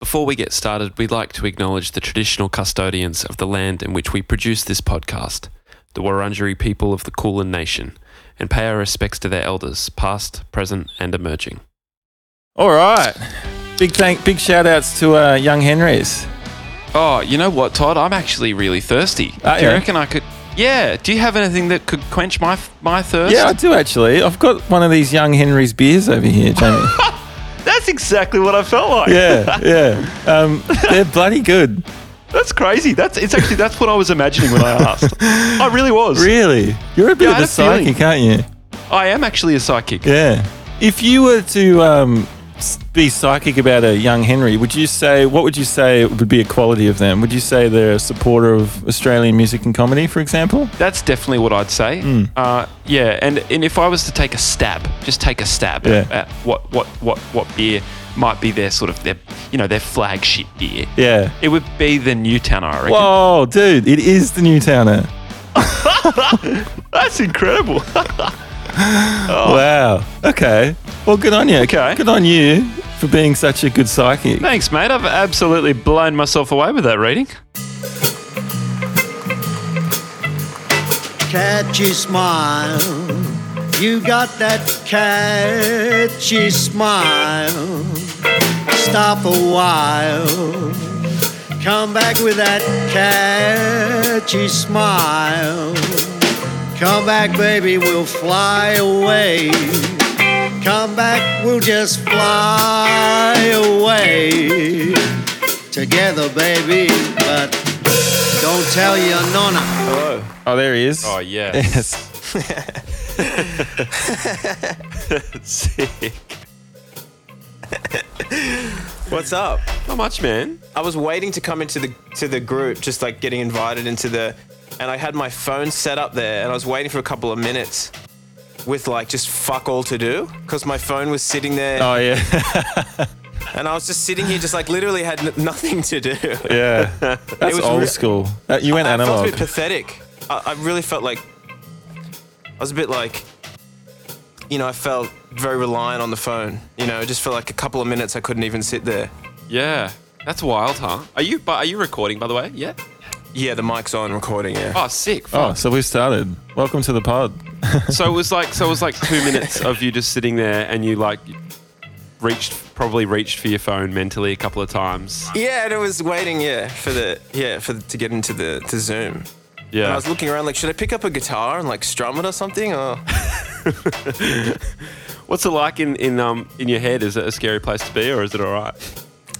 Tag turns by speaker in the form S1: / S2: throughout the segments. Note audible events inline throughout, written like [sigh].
S1: Before we get started, we'd like to acknowledge the traditional custodians of the land in which we produce this podcast, the Wurundjeri people of the Kulin Nation, and pay our respects to their elders, past, present, and emerging.
S2: All right. Big thank, big shout outs to uh, Young Henry's.
S1: Oh, you know what, Todd? I'm actually really thirsty.
S2: Are
S1: do you
S2: ya?
S1: reckon I could? Yeah. Do you have anything that could quench my my thirst?
S2: Yeah, I do actually. I've got one of these Young Henry's beers over here, Jamie.
S1: That's exactly what I felt like.
S2: [laughs] yeah, yeah. Um, they're bloody good.
S1: That's crazy. That's it's actually that's what I was imagining when I
S2: [laughs]
S1: asked. I really was.
S2: Really? You're a bit
S1: Yeah, I
S2: of
S1: had
S2: a
S1: a feeling.
S2: psychic, aren't you?
S1: I am actually a psychic.
S2: Yeah. If you were to um, s- be psychic about a Young Henry, would you say what would you say would be a quality of them? Would you say they're a supporter of Australian music and comedy, for example?
S1: That's definitely what I'd say. Uh, yeah, and, and if I was to take a stab, just take a stab at,
S2: Yeah.
S1: at what, what, what, what beer might be their sort of their you know their flagship beer.
S2: Yeah.
S1: It would be the Newtown, I reckon.
S2: Whoa, dude! It is the Newtowner.
S1: that's incredible.
S2: Oh. Wow. Okay. Well, good on you.
S1: Okay.
S2: Good on you for being such a good psychic.
S1: Thanks, mate. I've absolutely blown myself away with that reading.
S3: catchy smile. You got that catchy smile. Stop a while. Come back with that catchy smile. Come back, baby, we'll fly away. Come back, we'll just fly away. Together, baby, but don't tell your nonna.
S2: Oh, there he is.
S1: yeah,
S2: [laughs] yes.
S1: sick.
S4: What's up?
S1: Not much, man.
S4: I was waiting to come into the to the group, just like getting invited into the, and I had my phone set up there, and I was waiting for a couple of minutes, with like just fuck all to do, because my phone was sitting there,
S2: Oh [laughs] yeah.
S4: and I was just sitting here, just like literally had n- nothing to do.
S2: yeah. That's
S4: was
S2: old
S4: re-
S2: school. Uh, you went
S4: I felt a
S2: analog.
S4: bit pathetic. I, I really felt like I was a bit like, you know, I felt very reliant on the phone. You know, just for like a couple of minutes, I couldn't even sit there.
S1: Yeah, that's wild, huh? Are you? But are you recording, by the way? Yeah.
S4: Yeah, the mic's on, recording. Yeah.
S1: Oh, sick.
S2: Oh, so we started. Welcome to the pod.
S1: So it was like so it was like two minutes of you just sitting there and you like reached probably reached for your phone mentally a couple of times.
S4: Yeah, and it was waiting, yeah, for the yeah, for the, to get into the to Zoom. And I
S1: Yeah.
S4: was looking around like, should I pick up a guitar and like strum it or something? Or
S1: What's it like in, in um in your head? Is it a scary place to be or is it alright?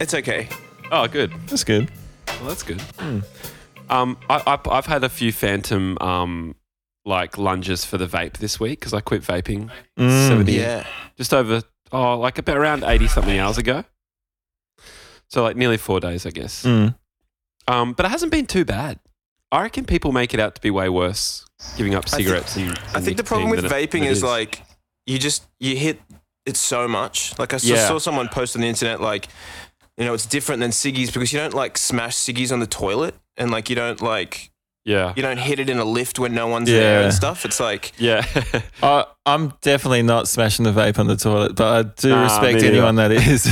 S4: it's okay.
S1: Oh good.
S2: That's good.
S1: Well that's good. Um I, I I've had a few phantom um like lunges for the vape this week because I quit vaping seventy
S4: Yeah.
S1: just over oh like about around eighty something hours ago. So like nearly four days I guess.
S2: Mm.
S1: Um, but it hasn't been too bad. I reckon people make it out to be way worse, giving up
S4: I think-
S1: cigarettes. and,
S4: I
S1: and
S4: think the
S1: nicotine
S4: problem with
S1: than it-
S4: vaping
S1: than it
S4: is like you just you hit it so much. Like I saw,
S1: Yeah.
S4: saw someone post on the internet like, you know, it's different than ciggies because you don't like smash ciggies on the toilet and like you don't like
S1: yeah,
S4: you don't hit it in a lift when no one's there
S2: Yeah.
S4: and stuff. It's like
S1: yeah. [laughs]
S2: I, I'm definitely not smashing the vape on the toilet, but I do
S1: Nah,
S2: respect
S1: me
S2: anyone that is.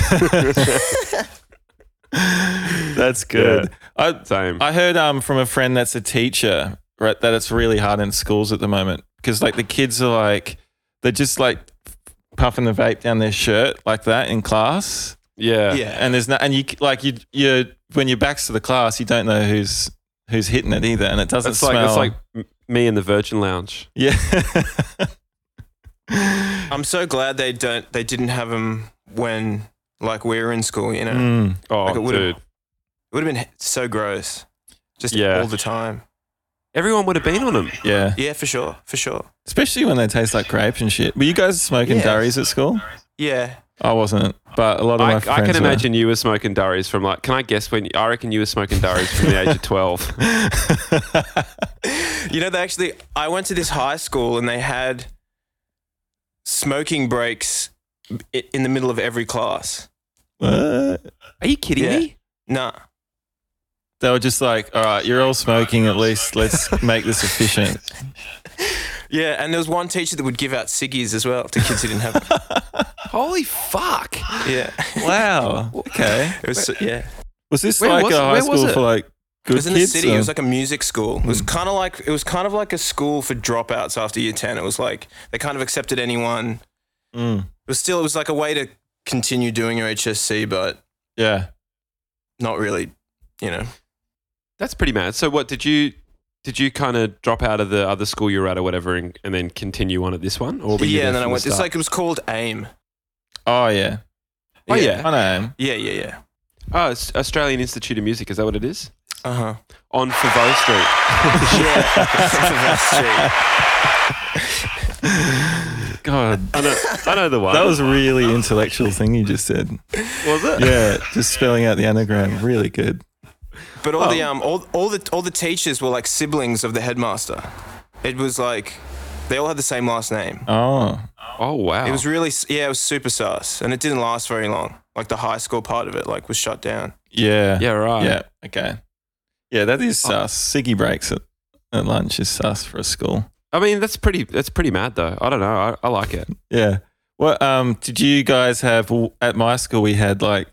S2: [laughs] That's good. I,
S1: Same.
S2: I heard um, from a friend that's a teacher right, that it's really hard in schools at the moment because like the kids are like they're just like puffing the vape down their shirt like that in class,
S1: yeah,
S4: yeah.
S2: and there's no and you like you you when your back's to the class you don't know who's who's hitting it either, and it doesn't
S1: It's
S2: smell.
S1: like it's like m- me in the Virgin Lounge.
S2: yeah. [laughs]
S4: I'm so glad they don't they didn't have them when like we were in school. You know.
S2: Mm.
S1: Oh,
S4: Like, it would've-
S1: dude,
S4: It would have been so gross. Just
S1: Yeah.
S4: all the time.
S1: everyone would have been on them.
S2: Yeah,
S4: Yeah, for sure. For sure.
S2: especially when they taste like grapes and shit. Were you guys smoking
S4: Yeah.
S2: durries at school?
S4: Yeah.
S2: I wasn't, [laughs] but a lot of
S1: I,
S2: my
S1: I
S2: friends
S1: can
S2: were.
S1: imagine you were smoking durries from like. Can I guess when? I reckon you were smoking durries from the age of
S2: [laughs]
S1: twelve.
S4: You know, they actually, I went to this high school and they had smoking breaks i- in the middle of every class.
S2: What?
S1: Are you kidding
S4: Yeah.
S1: me?
S4: Nah.
S2: They were just like, all right, you're all smoking at least. Let's make this efficient.
S4: Yeah, and there was one teacher that would give out ciggies as well to kids who didn't
S2: [laughs]
S4: have.
S1: Holy fuck!
S4: Yeah,
S2: Wow. Okay.
S4: it was so- yeah.
S2: Was this
S1: Where
S2: like
S1: was-
S2: a high
S1: where was
S2: school
S1: it?
S2: for like good
S4: It was in the
S2: kids? Hmm.
S4: city. It
S2: or-
S4: was like a music school. It was kind of like it was kind of like a school for dropouts after year ten. It was like they kind of accepted anyone.
S2: Mm,
S4: It was still it was like a way to continue doing your HSC, but
S2: yeah.
S4: not really, you know.
S1: That's pretty mad. So what did you? Did you kind of drop out of the other school you were at or whatever, and, and then continue on at this one, or were you
S4: yeah,
S1: there
S4: and then I
S1: from the
S4: went. It's
S1: start?
S4: like it was called AIM.
S2: Oh yeah.
S1: Oh, yeah.
S2: I know.
S4: Yeah, yeah, yeah.
S1: oh, it's Australian Institute of Music. Is that what it is?
S4: Uh huh.
S1: On Favreau Street.
S4: [laughs] yeah.
S1: God, I know, I know the one.
S2: That was a really intellectual thing you just said.
S1: was it?
S2: Yeah, just spelling out the anagram. Really good.
S4: But all
S1: Oh.
S4: the um all, all the all the teachers were like siblings of the headmaster. It was like they all had the same last name.
S2: Oh.
S1: Oh wow.
S4: It was really s- yeah, it was super sus, and it didn't last very long. Like the high school part of it like was shut down.
S2: Yeah.
S1: yeah, right.
S2: Yeah. Okay. Yeah, that is sus. Ciggy breaks at, at lunch is sus for a school.
S1: I mean, that's pretty. That's pretty mad though. I don't know. I, I like it.
S2: Yeah. Well, um, did you guys have well, at my school? We had like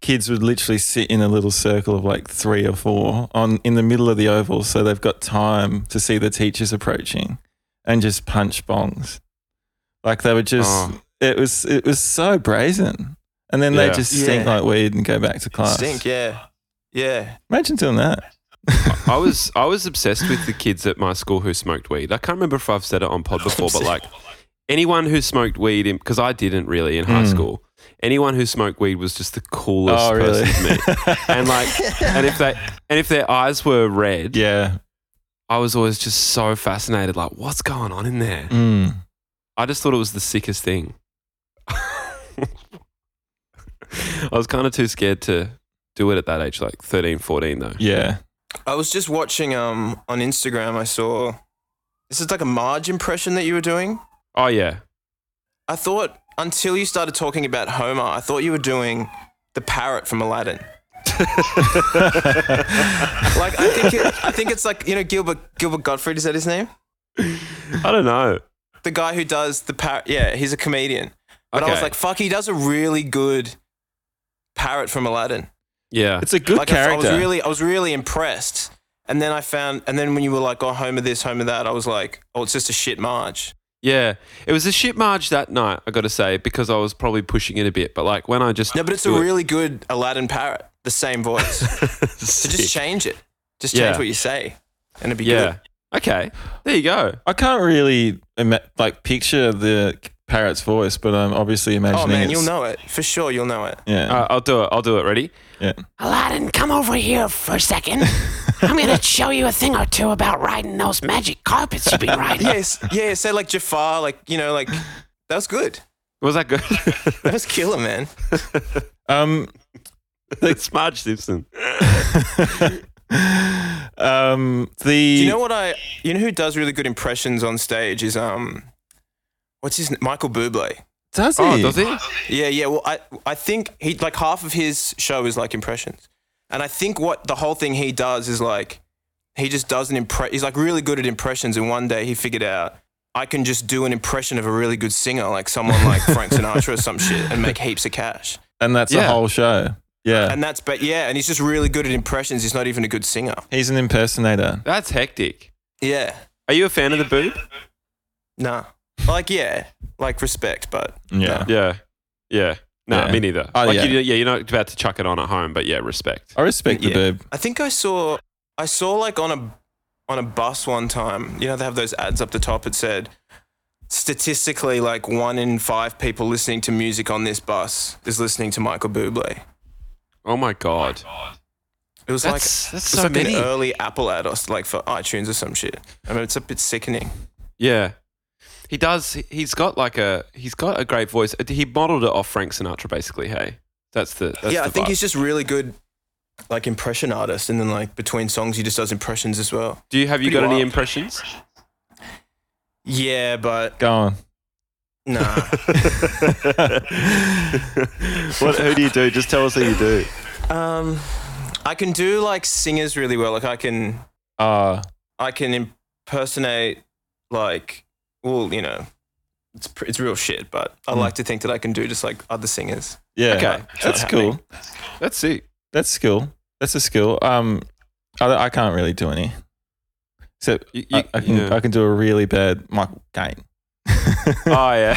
S2: kids would literally sit in a little circle of like three or four on in the middle of the oval, so they've got time to see the teachers approaching, and just punch bongs. Like they would just.
S1: Oh.
S2: It was it was so brazen, and then
S1: Yeah.
S2: they just stink
S4: Yeah.
S2: like weed and go back to class.
S4: Stink, yeah, yeah.
S2: Imagine doing that.
S1: I was I was obsessed with the kids at my school who smoked weed. I can't remember if I've said it on pod before, but like anyone who smoked weed, because I didn't really in high
S2: Mm.
S1: school. Anyone who smoked weed was just the coolest
S2: Oh, really?
S1: person to me. and like, and if they and if their eyes were red,
S2: [laughs] Yeah.
S1: I was always just so fascinated. Like, what's going on in there?
S2: Mm.
S1: I just thought it was the sickest thing. [laughs] I was kind of too scared to do it at that age, like 13, 14 though.
S2: Yeah.
S4: I was just watching um on Instagram. I saw this is like a Marge impression that you were doing.
S1: Oh yeah.
S4: I thought until you started talking about Homer, I thought you were doing the parrot from
S2: [laughs]
S4: Aladdin. like I think it, I think it's like you know Gilbert Gilbert Gottfried is that his name?
S1: I don't know.
S4: The guy who does the parrot. Yeah, he's a comedian. But I was
S1: Okay.
S4: like, fuck, he does a really good parrot from Aladdin.
S1: Yeah.
S2: It's a good
S4: Like I, I
S2: character.
S4: was really I was really impressed. And then I found and then when you were like, oh Homer this, Homer that, I was like, oh it's just a shit Marge.
S1: Yeah, it was a shit march that night. I got to say because I was probably pushing it a bit, but like when I just
S4: No, but it's a
S1: do it-
S4: really good Aladdin parrot. The
S1: [laughs]
S4: same voice. so just change it. Just change
S1: Yeah.
S4: what you say, and it'd be
S1: yeah.
S4: good.
S1: Okay, there you go.
S2: I can't really ima- like picture the parrot's voice, but I'm obviously imagining.
S4: Oh man,
S2: it's-
S4: you'll know it for sure. You'll know it.
S1: [laughs]
S2: Yeah.
S1: Uh, I'll do it. I'll do it. Ready?
S2: yeah.
S5: Aladdin, come over here for a
S1: [laughs]
S5: second. I'm going to show you a thing or two about riding those magic carpets you've been riding.
S4: Yes, yeah. Say like Jafar, like you know, like that was good.
S1: [laughs] Was that [laughs] good?
S4: That was killer, man.
S2: Um.
S1: That's Marge Simpson.
S2: Um. The.
S4: Do you know what I? You know who does really good impressions on stage is um, what's his name? Michael Bublé.
S2: does he?
S1: Oh, does he?
S4: Yeah, yeah. Well, I I think he like half of his show is like impressions, and I think what the whole thing he does is like he just does an impress. He's like really good at impressions, and one day he figured out I can just do an impression of a really good singer, like someone like Frank Sinatra or some shit, and make heaps of cash.
S2: And that's the
S1: Yeah.
S2: whole show. Yeah.
S4: And that's but yeah, and he's just really good at impressions. He's not even a good singer.
S2: He's an impersonator.
S1: That's hectic.
S4: Yeah,
S1: Are you a fan of the boob?
S4: nah. Like yeah, like respect, but
S2: Yeah.
S1: Yeah. Yeah. No,
S2: Yeah.
S1: me neither.
S2: Oh,
S1: like
S2: yeah.
S1: You, yeah, you're not about to chuck it on at home, but yeah, respect.
S2: I respect
S4: Yeah.
S2: the boob.
S4: I think I saw I saw like on a on a bus one time. You know they have those ads up the top. It said statistically like one in five people listening to music on this bus is listening to Michael Bublé.
S1: Oh my god,
S4: It was
S1: that's
S4: like
S1: that's
S4: it
S1: so
S4: was like
S1: many.
S4: an early Apple ad or s- like for iTunes or some shit. I mean it's a bit sickening.
S1: Yeah. He does. he- He's got like a. He's got a great voice. Uh, He modeled it off Frank Sinatra, basically. Hey, that's the. That's
S4: yeah,
S1: the
S4: I think
S1: vibe.
S4: he's just really good like impression artist and then like between songs he just does impressions as well.
S1: Do you have you
S4: pretty
S1: got any
S4: wild.
S1: impressions?
S4: Yeah, but
S2: Go on.
S4: nah.
S1: [laughs] what, who do you do? Just tell us who you do.
S4: [laughs] um I can do like singers really well. Like I can
S2: Ah.
S4: I can impersonate like well, you know, it's pr- it's real shit, but I like to think that I can do just like other singers.
S2: Yeah.
S1: Okay.
S2: That's
S4: happening.
S2: cool.
S1: That's sick.
S2: That's skill. That's a skill. Um, I, I can't really do any. Except
S1: You-
S2: I,
S1: you-
S2: I can
S1: yeah.
S2: I can do a really bad Michael
S1: [laughs]
S2: Caine.
S1: Oh yeah.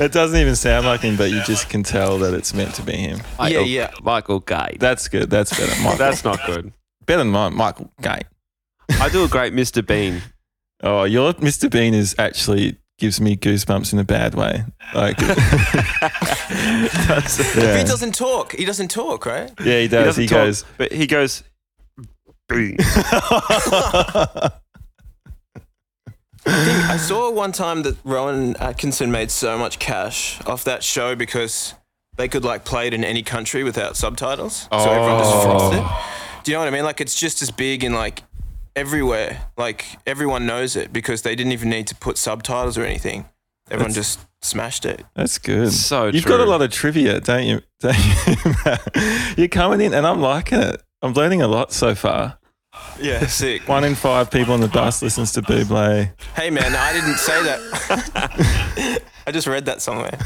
S2: It doesn't even sound like him, but you just can tell that it's meant to be him.
S1: [laughs] Michael-
S4: yeah.
S1: Michael Gay.
S2: That's good. That's better. Michael.
S1: That's not good.
S2: better than my, Michael Caine.
S1: I do a great Mr. Bean.
S2: [laughs] Oh, your Mr. Bean is actually gives me goosebumps in a bad way.
S1: [laughs]
S2: Like, [laughs]
S4: If he
S2: yeah.
S4: doesn't talk, he doesn't talk, right?
S2: yeah, he does.
S1: doesn't
S2: He,
S1: talk,
S2: goes.
S1: but he goes. [laughs] Bean.
S4: I saw one time that Rowan Atkinson made so much cash off that show because they could like play it in any country without subtitles. So everyone just froths it. Do you know what I mean? Like it's just as big in like everywhere. Like everyone knows it because they didn't even need to put subtitles or anything. Everyone just smashed it.
S2: That's good.
S1: So
S2: you've got a
S1: true.
S2: lot of trivia, don't you? [laughs] Don't you? Matt? You're coming in, and I'm liking it. I'm learning a lot so far.
S4: Yeah, sick.
S2: One in five people on the bus listens to Buble.
S4: Hey man, I didn't say that. I just read that [laughs] somewhere.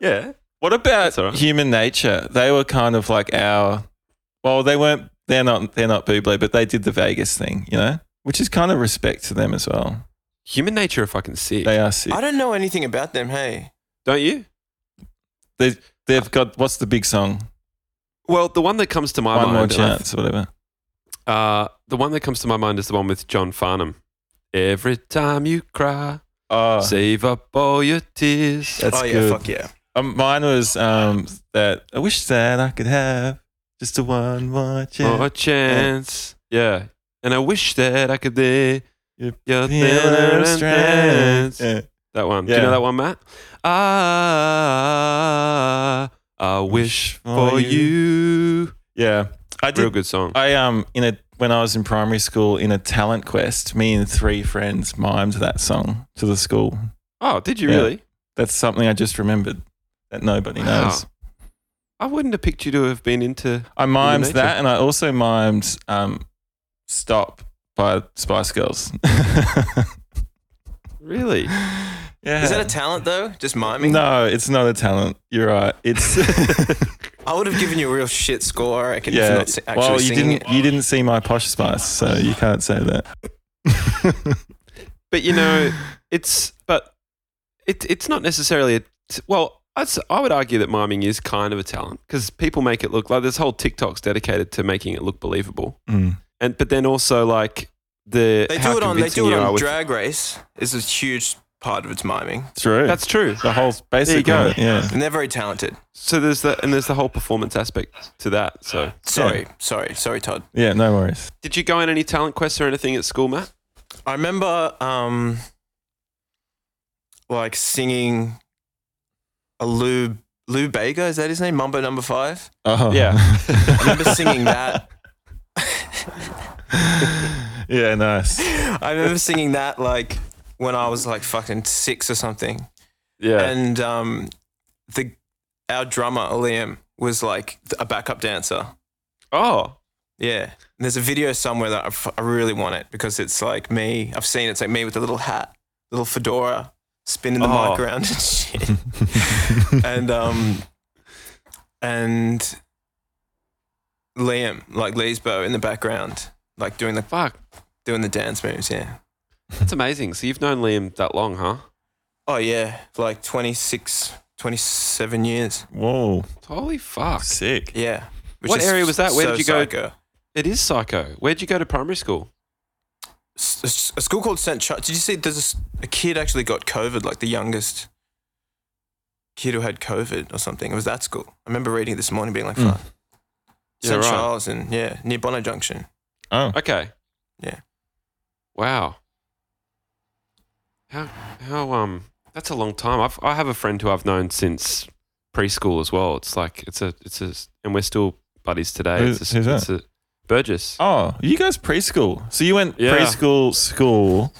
S1: Yeah.
S2: What about
S1: That's all right.
S2: Human Nature? They were kind of like our. Well, they weren't. They're not. They're not Buble, but they did the Vegas thing, you know, which is kind of respect to them as well.
S1: Human nature are fucking sick.
S2: They are sick.
S4: I don't know anything about them, hey.
S1: Don't you?
S2: They, they've got what's the big song?
S1: Well, the one that comes to my
S2: One more
S1: mind, and I th-
S2: chance, or whatever.
S1: uh, the one that comes to my mind is the one with John Farnham. Every time you cry,
S2: Oh,
S1: save up all your tears.
S2: that's
S4: oh yeah,
S2: good.
S4: fuck yeah.
S2: Um, mine was um that I wish that I could have just a one more chance.
S1: More chance. Yeah. And I wish that I could be
S2: Yep.
S1: your
S2: Feeling
S1: thinner
S2: of
S1: and
S2: strength.
S1: dance.
S2: Yeah.
S1: That one. Do
S2: Yeah.
S1: you know that one, Matt? I, I wish for
S2: for
S1: you.
S2: yeah, I
S1: Real
S2: did.
S1: good song.
S2: I um in a when I was in primary school in a talent quest, me and three friends mimed that song to the school.
S1: Oh, did you
S2: Yeah.
S1: really?
S2: That's something I just remembered that nobody
S1: Wow.
S2: knows.
S1: I wouldn't have picked you to have been into.
S2: I mimed
S1: nature.
S2: that, and I also mimed um "Stop" by Spice
S4: [laughs]
S2: Girls.
S1: Really?
S2: yeah.
S4: Is that a talent though? Just miming?
S2: no, it's not a talent. You're right.
S4: [laughs]
S2: It's [laughs]
S4: I would have given you a real shit score, I reckon, if
S2: yeah.
S4: you're not si- actually
S2: well, you
S4: singing
S2: didn't.
S4: it.
S2: You didn't see my posh spice, so you can't say
S4: [laughs]
S2: that.
S1: But you
S4: [sighs]
S1: know, it's but it, it's not necessarily a t- well. I'd, s- I would argue that miming is kind of a talent because people make it look like this whole TikTok's dedicated to making it look believable,
S2: Mm.
S1: and but then also like the
S4: They
S1: how
S4: do it on they
S1: convincing
S4: do it
S1: you are
S4: on
S1: with-
S4: Drag Race is a huge part of its miming.
S2: True.
S1: That's true.
S2: the whole basic.
S1: go.
S2: of it, Yeah.
S4: And they're very talented.
S1: So there's the and there's the whole performance aspect to that. So
S4: Sorry, sorry, sorry, Todd.
S2: Yeah. No worries.
S1: did you go on any talent quests or anything at school, Matt?
S4: I remember um like singing a Lou Lou Bega, is that his name? Mumbo number five?
S2: Oh.
S1: Yeah.
S4: [laughs] I remember singing that.
S2: yeah. Nice.
S4: I remember singing that like when I was like fucking six or something.
S1: Yeah.
S4: And um the our drummer, Liam, was like a backup dancer.
S1: oh,
S4: Yeah. And there's a video somewhere that I, f- I really want it because it's like me. I've seen it. it's like me with a little hat, little fedora, spinning the
S1: Oh. [laughs]
S4: mic around and shit. and um, and Liam, like Leesbo in the background, like doing the
S1: fuck,
S4: doing the dance moves. Yeah.
S1: that's amazing. So you've known Liam that long, huh?
S4: Oh yeah, for like 26, 27 years.
S2: Whoa.
S1: Holy fuck!
S2: Sick.
S4: Yeah. Which
S1: What
S4: is
S1: area was that? Where
S4: so
S1: did you go?
S4: Psycho.
S1: It is psycho. Where'd you go to primary school?
S4: s- s- a school called St. Charles. Did you see there's a s- a, kid actually got COVID, like the youngest kid who had COVID or something? It was that school. I remember reading it this morning being like,
S2: Mm.
S4: fuck.
S1: Yeah,
S4: St.
S1: Hmm. right.
S4: Charles and yeah, near Bono Junction.
S2: Oh.
S1: Okay.
S4: Yeah.
S1: Wow. How how um that's a long time. I've I have a friend who I've known since preschool as well. It's like it's a it's a and we're still buddies today.
S2: Who-
S1: it's a,
S2: who's that?
S1: It's a, Burgess.
S2: Oh, you guys preschool. So you went
S1: Yeah.
S2: preschool, school,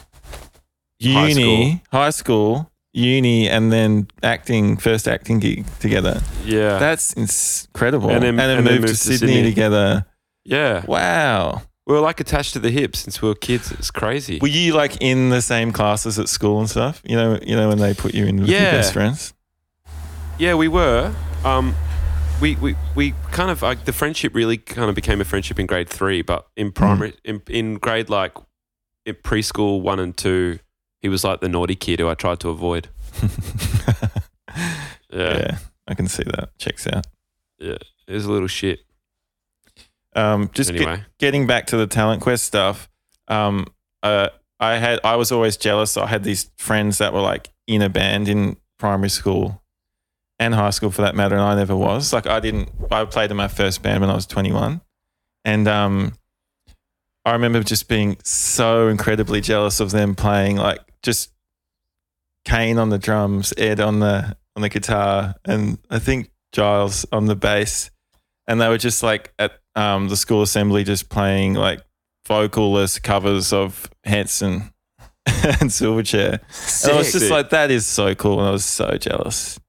S1: High
S2: uni, high school, uni, and then acting, first acting gig together.
S1: Yeah.
S2: That's ins- incredible.
S1: And then- and then
S2: moved to Sydney, together.
S1: yeah.
S2: Wow.
S1: We were like attached to the hip since we were kids. It's crazy.
S2: Were you like in the same classes at school and stuff? You know, you know when they put you in with
S1: Yeah.
S2: your best friends.
S1: yeah, we were. Um, we, we, we kind of like the friendship really kind of became a friendship in grade three, but in
S2: Mm.
S1: primary, in, in grade like in preschool one and two, he was like the naughty kid who I tried to avoid.
S2: [laughs] yeah.
S1: Yeah,
S2: I can see that. Checks out.
S1: it was a little shit.
S2: Um, just get-
S1: anyway,
S2: getting back to the talent quest stuff. Um, uh, I had I was always jealous. I had these friends that were like in a band in primary school and high school for that matter, and I never was. Like I didn't. I played in my first band when I was 21, and um, I remember just being so incredibly jealous of them playing like just Kane on the drums, Ed on the on the guitar, and I think Giles on the bass. And they were just like at um, the school assembly, just playing like vocalless covers of Hanson [laughs] and Silverchair. And I was just
S1: Sick.
S2: like, that is so cool. And I was so jealous.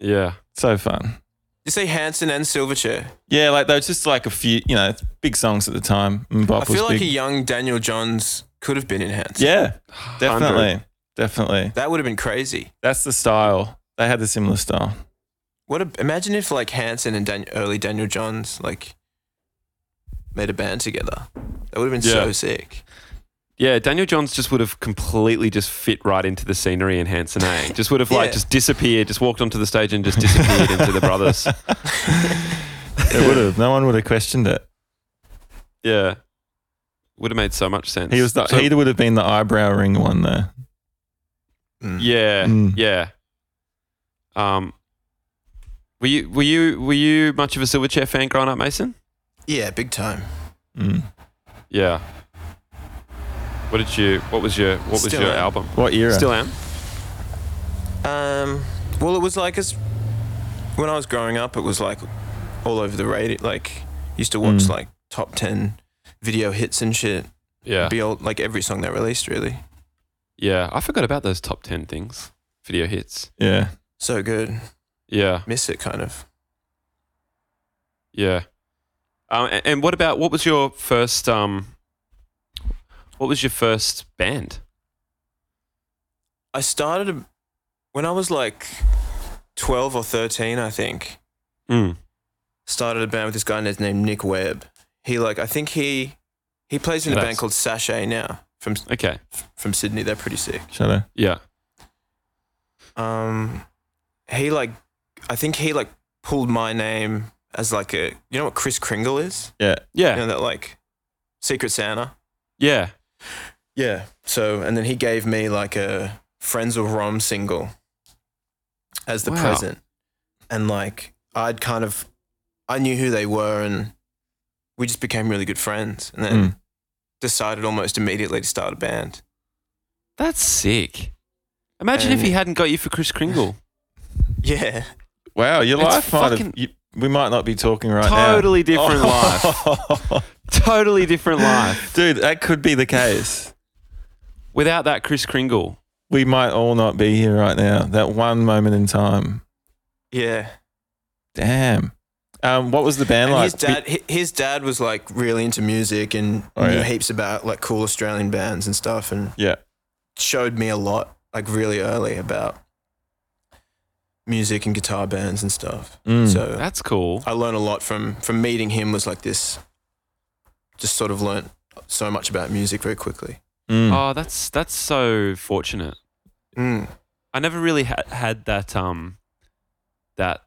S1: yeah.
S2: So fun.
S4: You say Hanson and Silverchair.
S2: Yeah, like they were just like a few, you know, big songs at the time. Mbop
S4: I feel
S2: was
S4: like
S2: big.
S4: a young Daniel Johns could have been in Hanson.
S2: yeah, definitely. Definitely.
S4: That would have been crazy.
S2: That's the style. They had the similar style.
S4: What a, imagine if like Hanson and Dan, early Daniel Johns like made a band together. That would have been so
S1: Yeah.
S4: sick.
S1: Yeah, Daniel Johns just would have completely just fit right into the scenery in Hanson
S2: [laughs]
S1: A. Just would have like
S4: Yeah.
S1: just disappeared, just walked onto the stage and just disappeared into
S2: [laughs]
S1: the brothers.
S2: It would have. No one would have questioned it.
S1: Yeah. Would have made so much sense.
S2: He was the,
S1: So-
S2: he would have been the eyebrow ring one though.
S4: Mm.
S1: Yeah.
S2: Mm.
S1: Yeah. Um were you were you were you much of a Silverchair fan growing up, Mason?
S4: Yeah, big time.
S2: Mm.
S1: Yeah. What did you what was your what was
S4: Still
S1: your
S4: am.
S1: album?
S2: What era?
S1: Still am?
S4: Um, well, it was like as when I was growing up, it was like all over the radio. Like used to watch
S2: Mm.
S4: like top ten video hits and shit.
S1: Yeah.
S4: Be all, like every song they released, really.
S1: Yeah. I forgot about those top ten things. Video hits.
S2: yeah.
S4: So good.
S1: Yeah.
S4: Miss it kind of.
S1: Yeah. Um, a- and what about what was your first um, what was your first band?
S4: I started a- when I was like twelve or thirteen, I think.
S1: Mm.
S4: started a band with this guy named named Nick Webb. He like I think he he plays in a
S1: Nice.
S4: band called Sachet now from
S1: Okay.
S4: from Sydney. They're pretty sick.
S2: Shadow.
S1: Yeah.
S4: Um, he like I think he like pulled my name as like a you know what Chris Kringle is
S2: Yeah.
S4: you
S1: Yeah.
S4: know that like Secret Santa.
S1: Yeah.
S4: Yeah. So and then he gave me like a Friends of Rom single as the
S1: Wow.
S4: present. And like I'd kind of I knew who they were and we just became really good friends and then
S2: Mm.
S4: decided almost immediately to start a band.
S1: That's sick. Imagine if
S4: And-
S1: he hadn't got you for Chris Kringle.
S4: Yeah.
S2: Wow, your
S1: It's
S2: life might
S1: fucking-
S2: have. You, we might not be talking right
S1: totally
S2: now. [laughs] Oh.
S1: different life. Totally different life.
S2: Dude, that could be the case.
S1: Without that Chris Kringle.
S2: We might all not be here right now. That one moment in time.
S4: Yeah.
S2: Damn. Um, what was the band
S4: And
S2: like?
S4: his dad hi- his dad was like really into music and
S2: Oh,
S4: knew
S2: yeah.
S4: heaps about like cool Australian bands and stuff and
S2: yeah.
S4: showed me a lot like really early about music and guitar bands and stuff.
S2: Mm.
S4: So
S1: That's cool.
S4: I learned a lot from from meeting him. Was like this, just sort of learnt so much about music very quickly.
S2: Mm.
S1: Oh, that's that's so fortunate.
S4: Mm.
S1: I never really ha- had that um that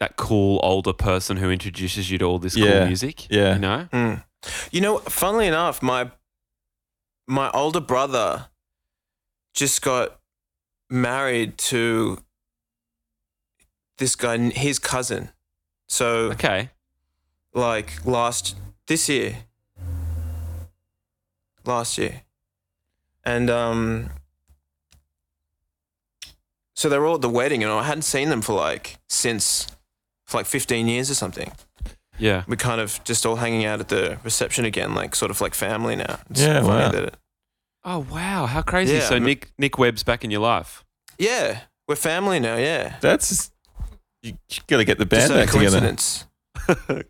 S1: that cool older person who introduces you to all this
S2: Yeah.
S1: cool music.
S2: Yeah.
S1: You know?
S4: Mm. You know, funnily enough, my my older brother just got married to this guy, his cousin. So
S1: Okay.
S4: like last this year last year and um so they were all at the wedding and i hadn't seen them for like since for like 15 years or something
S1: Yeah.
S4: we're kind of just all hanging out at the reception again like sort of like family now it's
S2: Yeah,
S4: funny
S2: wow.
S4: that it-
S1: Oh wow, how crazy!
S4: Yeah,
S1: so
S4: I'm-
S1: Nick Nick Webb's back in your life.
S4: yeah we're family now yeah
S2: That's. You got to get the band
S4: just a
S2: back together.
S4: coincidence
S1: yeah,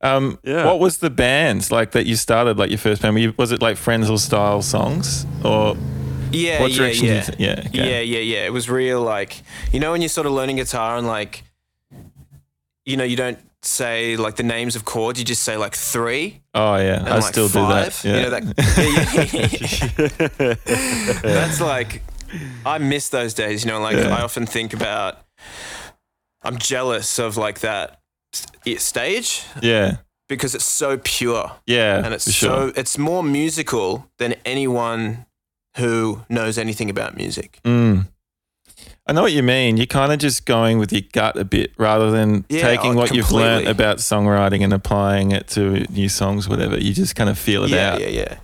S2: Um,
S1: Yeah.
S2: What was the band like that you started, like your first band? Were you, was it like Frenzel style songs or
S4: Yeah,
S2: What
S4: yeah,
S2: direction
S4: yeah.
S2: did you- yeah, okay.
S4: yeah, yeah, yeah. It was real, like you know, when you're sort of learning guitar and like, you know, you don't say like the names of chords. You just say like three.
S2: Oh yeah,
S4: And
S2: I
S4: like
S2: still
S4: five.
S2: do that. Yeah.
S4: You know that. Yeah,
S2: [laughs]
S4: yeah, [laughs] yeah. That's like I miss those days. You know, like
S2: Yeah.
S4: I often think about. I'm jealous of like that s- it- stage
S2: yeah,
S4: because it's so pure
S2: yeah,
S4: and it's
S2: for sure.
S4: so it's more musical than anyone who knows anything about music.
S2: Mm. I know what you mean. You're kind of just going with your gut a bit rather than
S4: Yeah,
S2: taking
S4: oh,
S2: what you've learnt
S4: completely.
S2: about songwriting and applying it to new songs, whatever. You just kind of feel it
S4: yeah,
S2: out.
S4: yeah, yeah,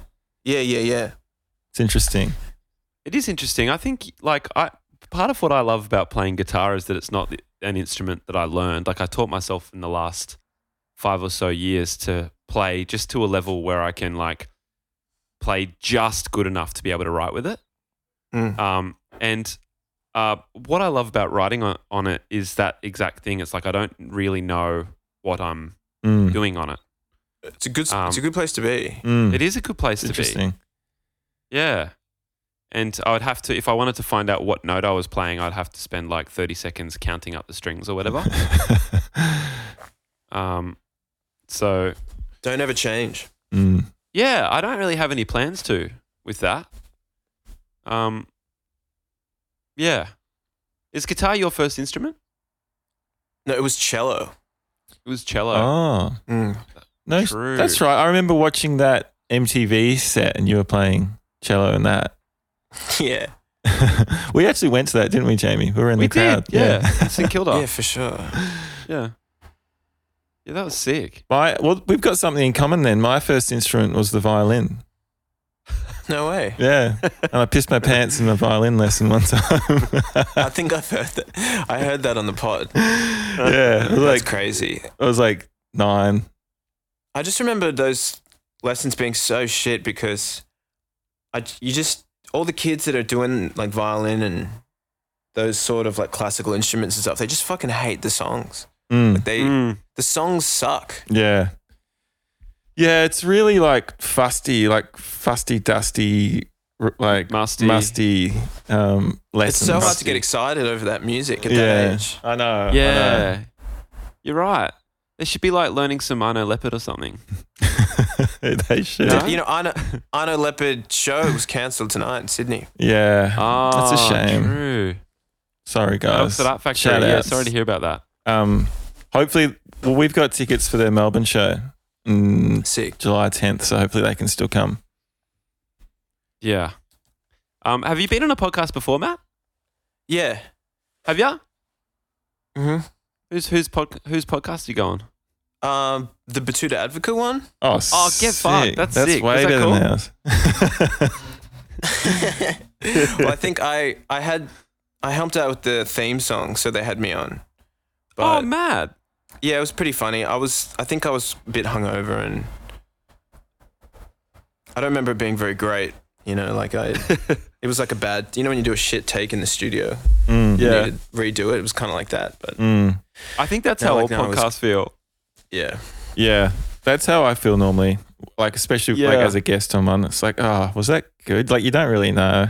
S4: yeah, yeah, yeah.
S2: It's interesting.
S1: It is interesting. I think like I part of what I love about playing guitar is that it's not the- an instrument that I learned. Like I taught myself in the last five or so years to play just to a level where I can like play just good enough to be able to write with it.
S4: Mm.
S1: Um, and uh, what I love about writing on, on it is that exact thing. It's like I don't really know what I'm
S2: Mm.
S1: doing on it.
S4: It's a good,
S1: Um,
S4: it's a good place to be.
S2: Mm.
S1: It is a good place
S2: It's
S1: to be.
S2: interesting. [laughs]
S1: Yeah. And I would have to, if I wanted to find out what note I was playing, I'd have to spend like 30 seconds counting up the strings or
S2: [laughs]
S1: whatever. um, so,
S4: Don't ever change.
S2: mm.
S1: yeah, I don't really have any plans to with that. Um, yeah. Is guitar your first instrument?
S4: No, it was cello. Mm.
S1: It was cello.
S2: Oh no,
S1: True.
S2: that's right. I remember watching that MTV set, and you were playing cello in that.
S4: [laughs] Yeah,
S2: we actually went to that, didn't we, Jamie? We were in
S1: we
S2: the crowd.
S1: did. Yeah. in [laughs] St Kilda.
S4: yeah, for sure.
S1: yeah. Yeah, that was sick.
S2: My well, we've got something in common then. My first instrument was the violin.
S4: No way.
S2: Yeah, and I pissed my pants in my violin lesson one time.
S4: I think I've heard that. I heard that on the pod.
S2: yeah, it was
S4: [laughs] That's
S2: like
S4: crazy.
S2: I was like nine.
S4: I just remember those lessons being so shit because I you just all the kids that are doing like violin and those sort of like classical instruments and stuff, they just fucking hate the songs.
S2: Mm,
S4: They the songs suck.
S2: yeah, yeah. It's really like fusty, like fusty, dusty, r- like
S1: Musty.
S2: musty um,
S4: It's
S2: lessons.
S4: so hard to get excited over that music at that
S2: yeah,
S4: age.
S2: I know. I know.
S1: Yeah. You're right. They should be like learning some Arno Leopard or something.
S2: [laughs] they should.
S1: No?
S4: You know, Arno, Arno Leopard show was cancelled tonight in Sydney.
S2: Yeah.
S4: Uh,
S1: Oh,
S2: That's a shame.
S1: True.
S2: Sorry,
S1: Dogs
S2: guys.
S1: for that factory.
S2: Shout
S1: yeah,
S2: outs.
S1: sorry to hear about that.
S2: Um, hopefully, well, we've got tickets for their Melbourne show. Mm,
S4: Sick.
S2: July 10th, so hopefully they can still come.
S1: Yeah. Um, have you been on a podcast before, Matt?
S4: Yeah.
S1: Have ya?
S4: Mm-hmm.
S1: Who's who's pod, whose podcast are you going?
S4: Um, the Batuta Advocate one.
S2: Oh,
S1: Oh, get fucked.
S2: sick.
S1: That's
S2: That's
S1: sick.
S2: way
S1: Was that
S2: better
S1: cool?
S2: than
S1: [laughs]
S2: ours.
S4: well, I think I I had I helped out with the theme song, so they had me on. But
S1: oh,
S2: [laughs]
S1: Matt.
S4: yeah, it was pretty funny. I was I think I was a bit hungover and I don't remember it being very great. You know, like I it was like a bad. You know when you do a shit take in the studio,
S2: Mm,
S4: you
S1: Yeah.
S4: need to redo it. It was kind of like that, but
S2: mm,
S1: I think that's
S4: No,
S1: how
S4: like,
S1: all
S4: no, it was-
S1: podcasts feel.
S4: yeah,
S2: yeah. That's how I feel normally. Like, especially like
S1: Yeah.
S2: as a guest on one, it's like, oh, was that good? Like, you don't really know.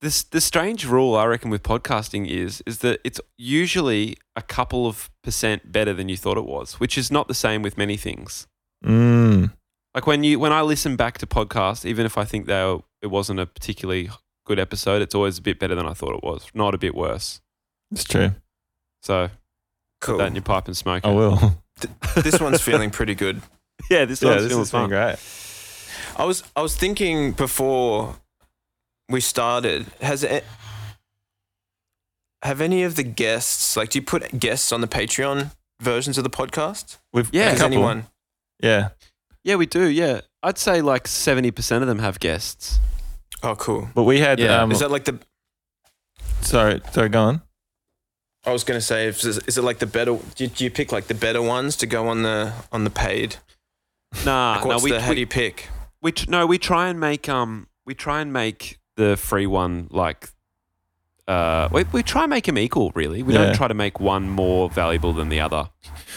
S1: This the strange rule I reckon with podcasting is is that it's usually a couple of percent better than you thought it was, which is not the same with many things.
S2: Mm,
S1: Like when you when I listen back to podcasts, even if I think they were, it wasn't a particularly good episode, it's always a bit better than I thought it was, not a bit worse.
S2: it's true.
S1: So
S4: cool.
S1: that in your pipe and smoke.
S2: I
S1: it.
S2: will.
S4: this one's feeling pretty good.
S1: [laughs] yeah, this
S2: yeah,
S1: one's
S2: this
S1: feeling
S2: has
S1: fun.
S2: been great.
S4: I was I was thinking before we started. Has it, have any of the guests like? Do you put guests on the Patreon versions of the podcast?
S2: We've
S1: Yeah.
S2: a
S4: Has
S2: couple.
S4: anyone?
S2: Yeah.
S1: Yeah, we do. Yeah, I'd say like seventy percent of them have guests.
S4: Oh, cool.
S2: But we had,
S1: Yeah.
S2: um,
S4: Is that like the?
S2: sorry, sorry, go on.
S4: I was gonna say, is, is it like the better? Do you, do you pick like the better ones to go on the on the paid?
S1: Nah,
S4: Like,
S1: Uh, no,
S4: what's
S1: we,
S4: the, how do
S1: we,
S4: you pick?
S1: we tr- no we try and make um we try and make the free one like uh, we, we try and make them equal, really. We
S2: Yeah.
S1: don't try to make one more valuable than the other.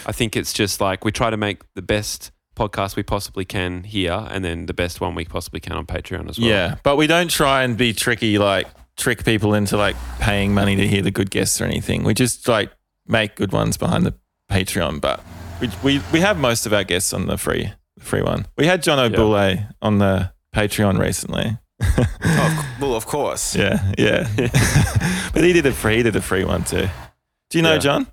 S1: I think it's just like we try to make the best podcast we possibly can here and then the best one we possibly can on Patreon as well.
S2: Yeah, but we don't try and be tricky, like trick people into like paying money to hear the good guests or anything. We just like make good ones behind the Patreon, but we we, we have most of our guests on the free the free one. We had John O'Boulay on the Patreon recently.
S4: Oh, well, of course.
S2: Yeah, yeah, [laughs] but he did a free he did a free one too. Do you know
S1: Yeah.
S2: John?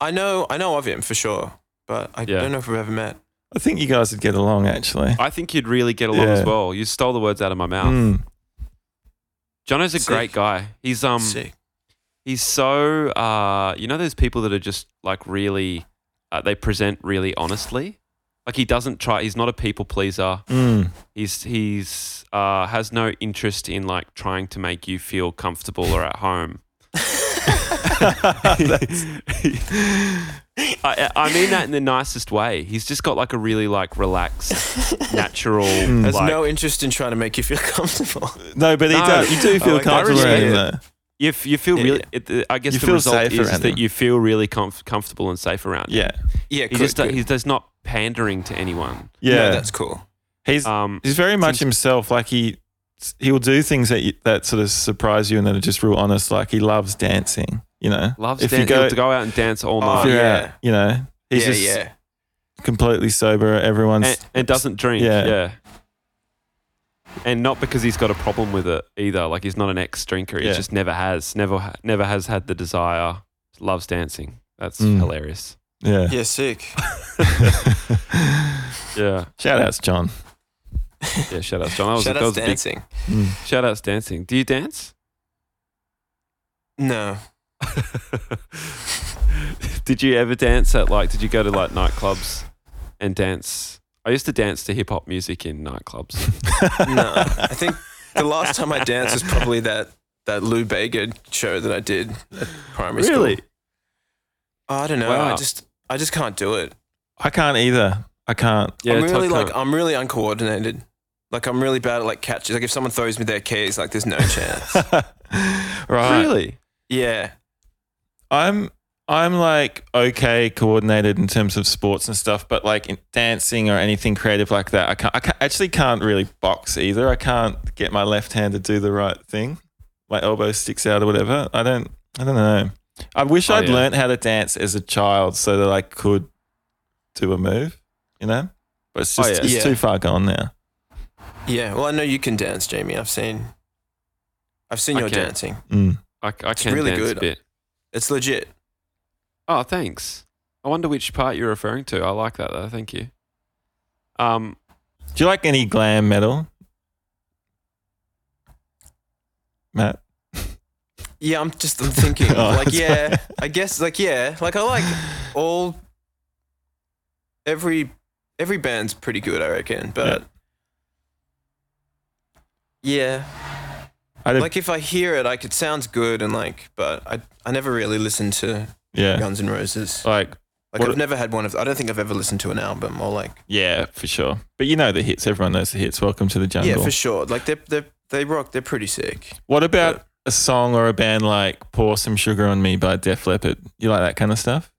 S4: I know, I know of him for sure, but I
S1: Yeah.
S4: don't know if we've ever met.
S2: I think you guys would get along actually.
S1: I think you'd really get along
S2: Yeah.
S1: as well. You stole the words out of my mouth.
S2: Mm.
S1: Jono's a
S4: Sick.
S1: great guy. He's um
S4: Sick.
S1: he's so uh you know those people that are just like really uh, they present really honestly. Like he doesn't try. He's not a people pleaser.
S2: Mm. [laughs]
S1: He's he's uh, has no interest in like trying to make you feel comfortable or at home. I, I mean that in the nicest way. He's just got like a really like relaxed, natural.
S4: Has
S1: like-
S4: Mm. no interest in trying to make you feel [laughs] comfortable.
S2: No, but he
S1: No.
S2: does. You do
S4: I
S2: feel
S4: like that.
S2: comfortable
S1: I respect
S2: around
S1: it.
S2: that.
S1: You, f- you feel
S4: Yeah,
S1: really.
S4: yeah.
S1: It, I guess
S2: You
S1: the
S2: feel
S1: result
S2: safe
S1: is
S2: around
S1: that
S2: him.
S1: you feel really comf- comfortable and safe around. him.
S2: Yeah,
S4: Yeah,
S1: he
S4: good,
S1: just
S4: good.
S1: he does not pandering to anyone.
S2: yeah.
S4: No, that's cool.
S2: He's
S1: Um,
S2: He's very much himself. Like he he will do things that you, that sort of surprise you and that are just real honest. Like he loves dancing. You know,
S1: loves
S2: if
S1: dan-
S2: you go,
S1: to go out and dance all
S4: Oh,
S1: night.
S2: if you're
S4: yeah.
S2: out, you know, he's
S4: yeah,
S2: just
S4: yeah.
S2: completely sober. Everyone's
S1: and, and doesn't drink.
S2: Yeah.
S1: Yeah. And not because he's got a problem with it either. Like he's not an ex-drinker. He
S2: Yeah.
S1: just never has, never, ha- never has had the desire. Loves dancing. That's
S2: Mm.
S1: hilarious.
S2: [laughs] yeah.
S1: [laughs]
S4: Yeah, sick.
S1: Yeah.
S2: Shout outs, John.
S1: Yeah. Shout outs, John. That was,
S4: Shout
S1: that
S4: out
S1: was a big
S4: dancing. [laughs]
S2: Mm.
S1: shout outs dancing. Do you dance?
S4: No.
S1: did you ever dance at like? Did you go to like nightclubs and dance? I used to dance to hip hop music in nightclubs.
S4: [laughs] no, I think the last time I danced was probably that that Lou Bega show that I did at primary school. Oh, I don't know. I
S1: Wow.
S4: just I just can't do it.
S2: I can't either. I
S4: [laughs]
S2: can't.
S1: Yeah.
S4: I'm really
S1: Todd
S4: like
S1: can't.
S4: I'm really uncoordinated. Like I'm really bad at like catches. Like if someone throws me their keys, like there's no chance.
S2: right.
S1: really.
S4: yeah.
S2: I'm I'm like okay coordinated in terms of sports and stuff, but like in dancing or anything creative like that, I can't. I can actually can't really box either. I can't get my left hand to do the right thing. My elbow sticks out or whatever. I don't. I don't know. I wish
S1: Oh,
S2: I'd
S1: yeah.
S2: learnt how to dance as a child so that I could do a move. You know, but it's
S1: Oh,
S2: just
S1: yeah.
S2: it's
S4: Yeah.
S2: too far gone now.
S4: Yeah. Well, I know you can dance, Jamie. I've seen I've seen
S1: I
S4: your
S1: can.
S4: dancing.
S2: Mm.
S1: I, I can
S4: really
S1: dance
S4: good.
S1: a bit.
S4: It's legit.
S1: Oh, thanks. I wonder which part you're referring to. I like that though. Thank you. Um,
S2: Do you like any glam metal, Matt?
S4: Yeah, I'm just I'm thinking
S2: Oh,
S4: like
S2: sorry.
S4: yeah, I guess like yeah, like I like all every every band's pretty good, I reckon, but yeah,
S2: I did,
S4: like if I hear it, like it sounds good and like, but I I never really listened to
S2: yeah.
S4: Guns N' Roses.
S2: Like
S4: Like
S2: what-
S4: I've never had one of I don't think I've ever listened to an album or like
S2: Yeah, for sure. But you know the hits. Everyone knows the hits. Welcome to the jungle.
S4: yeah, for sure. Like they they they rock, they're pretty sick.
S2: What about a song or a band like "Pour Some Sugar on Me" by Def Leppard? You like that kind of stuff?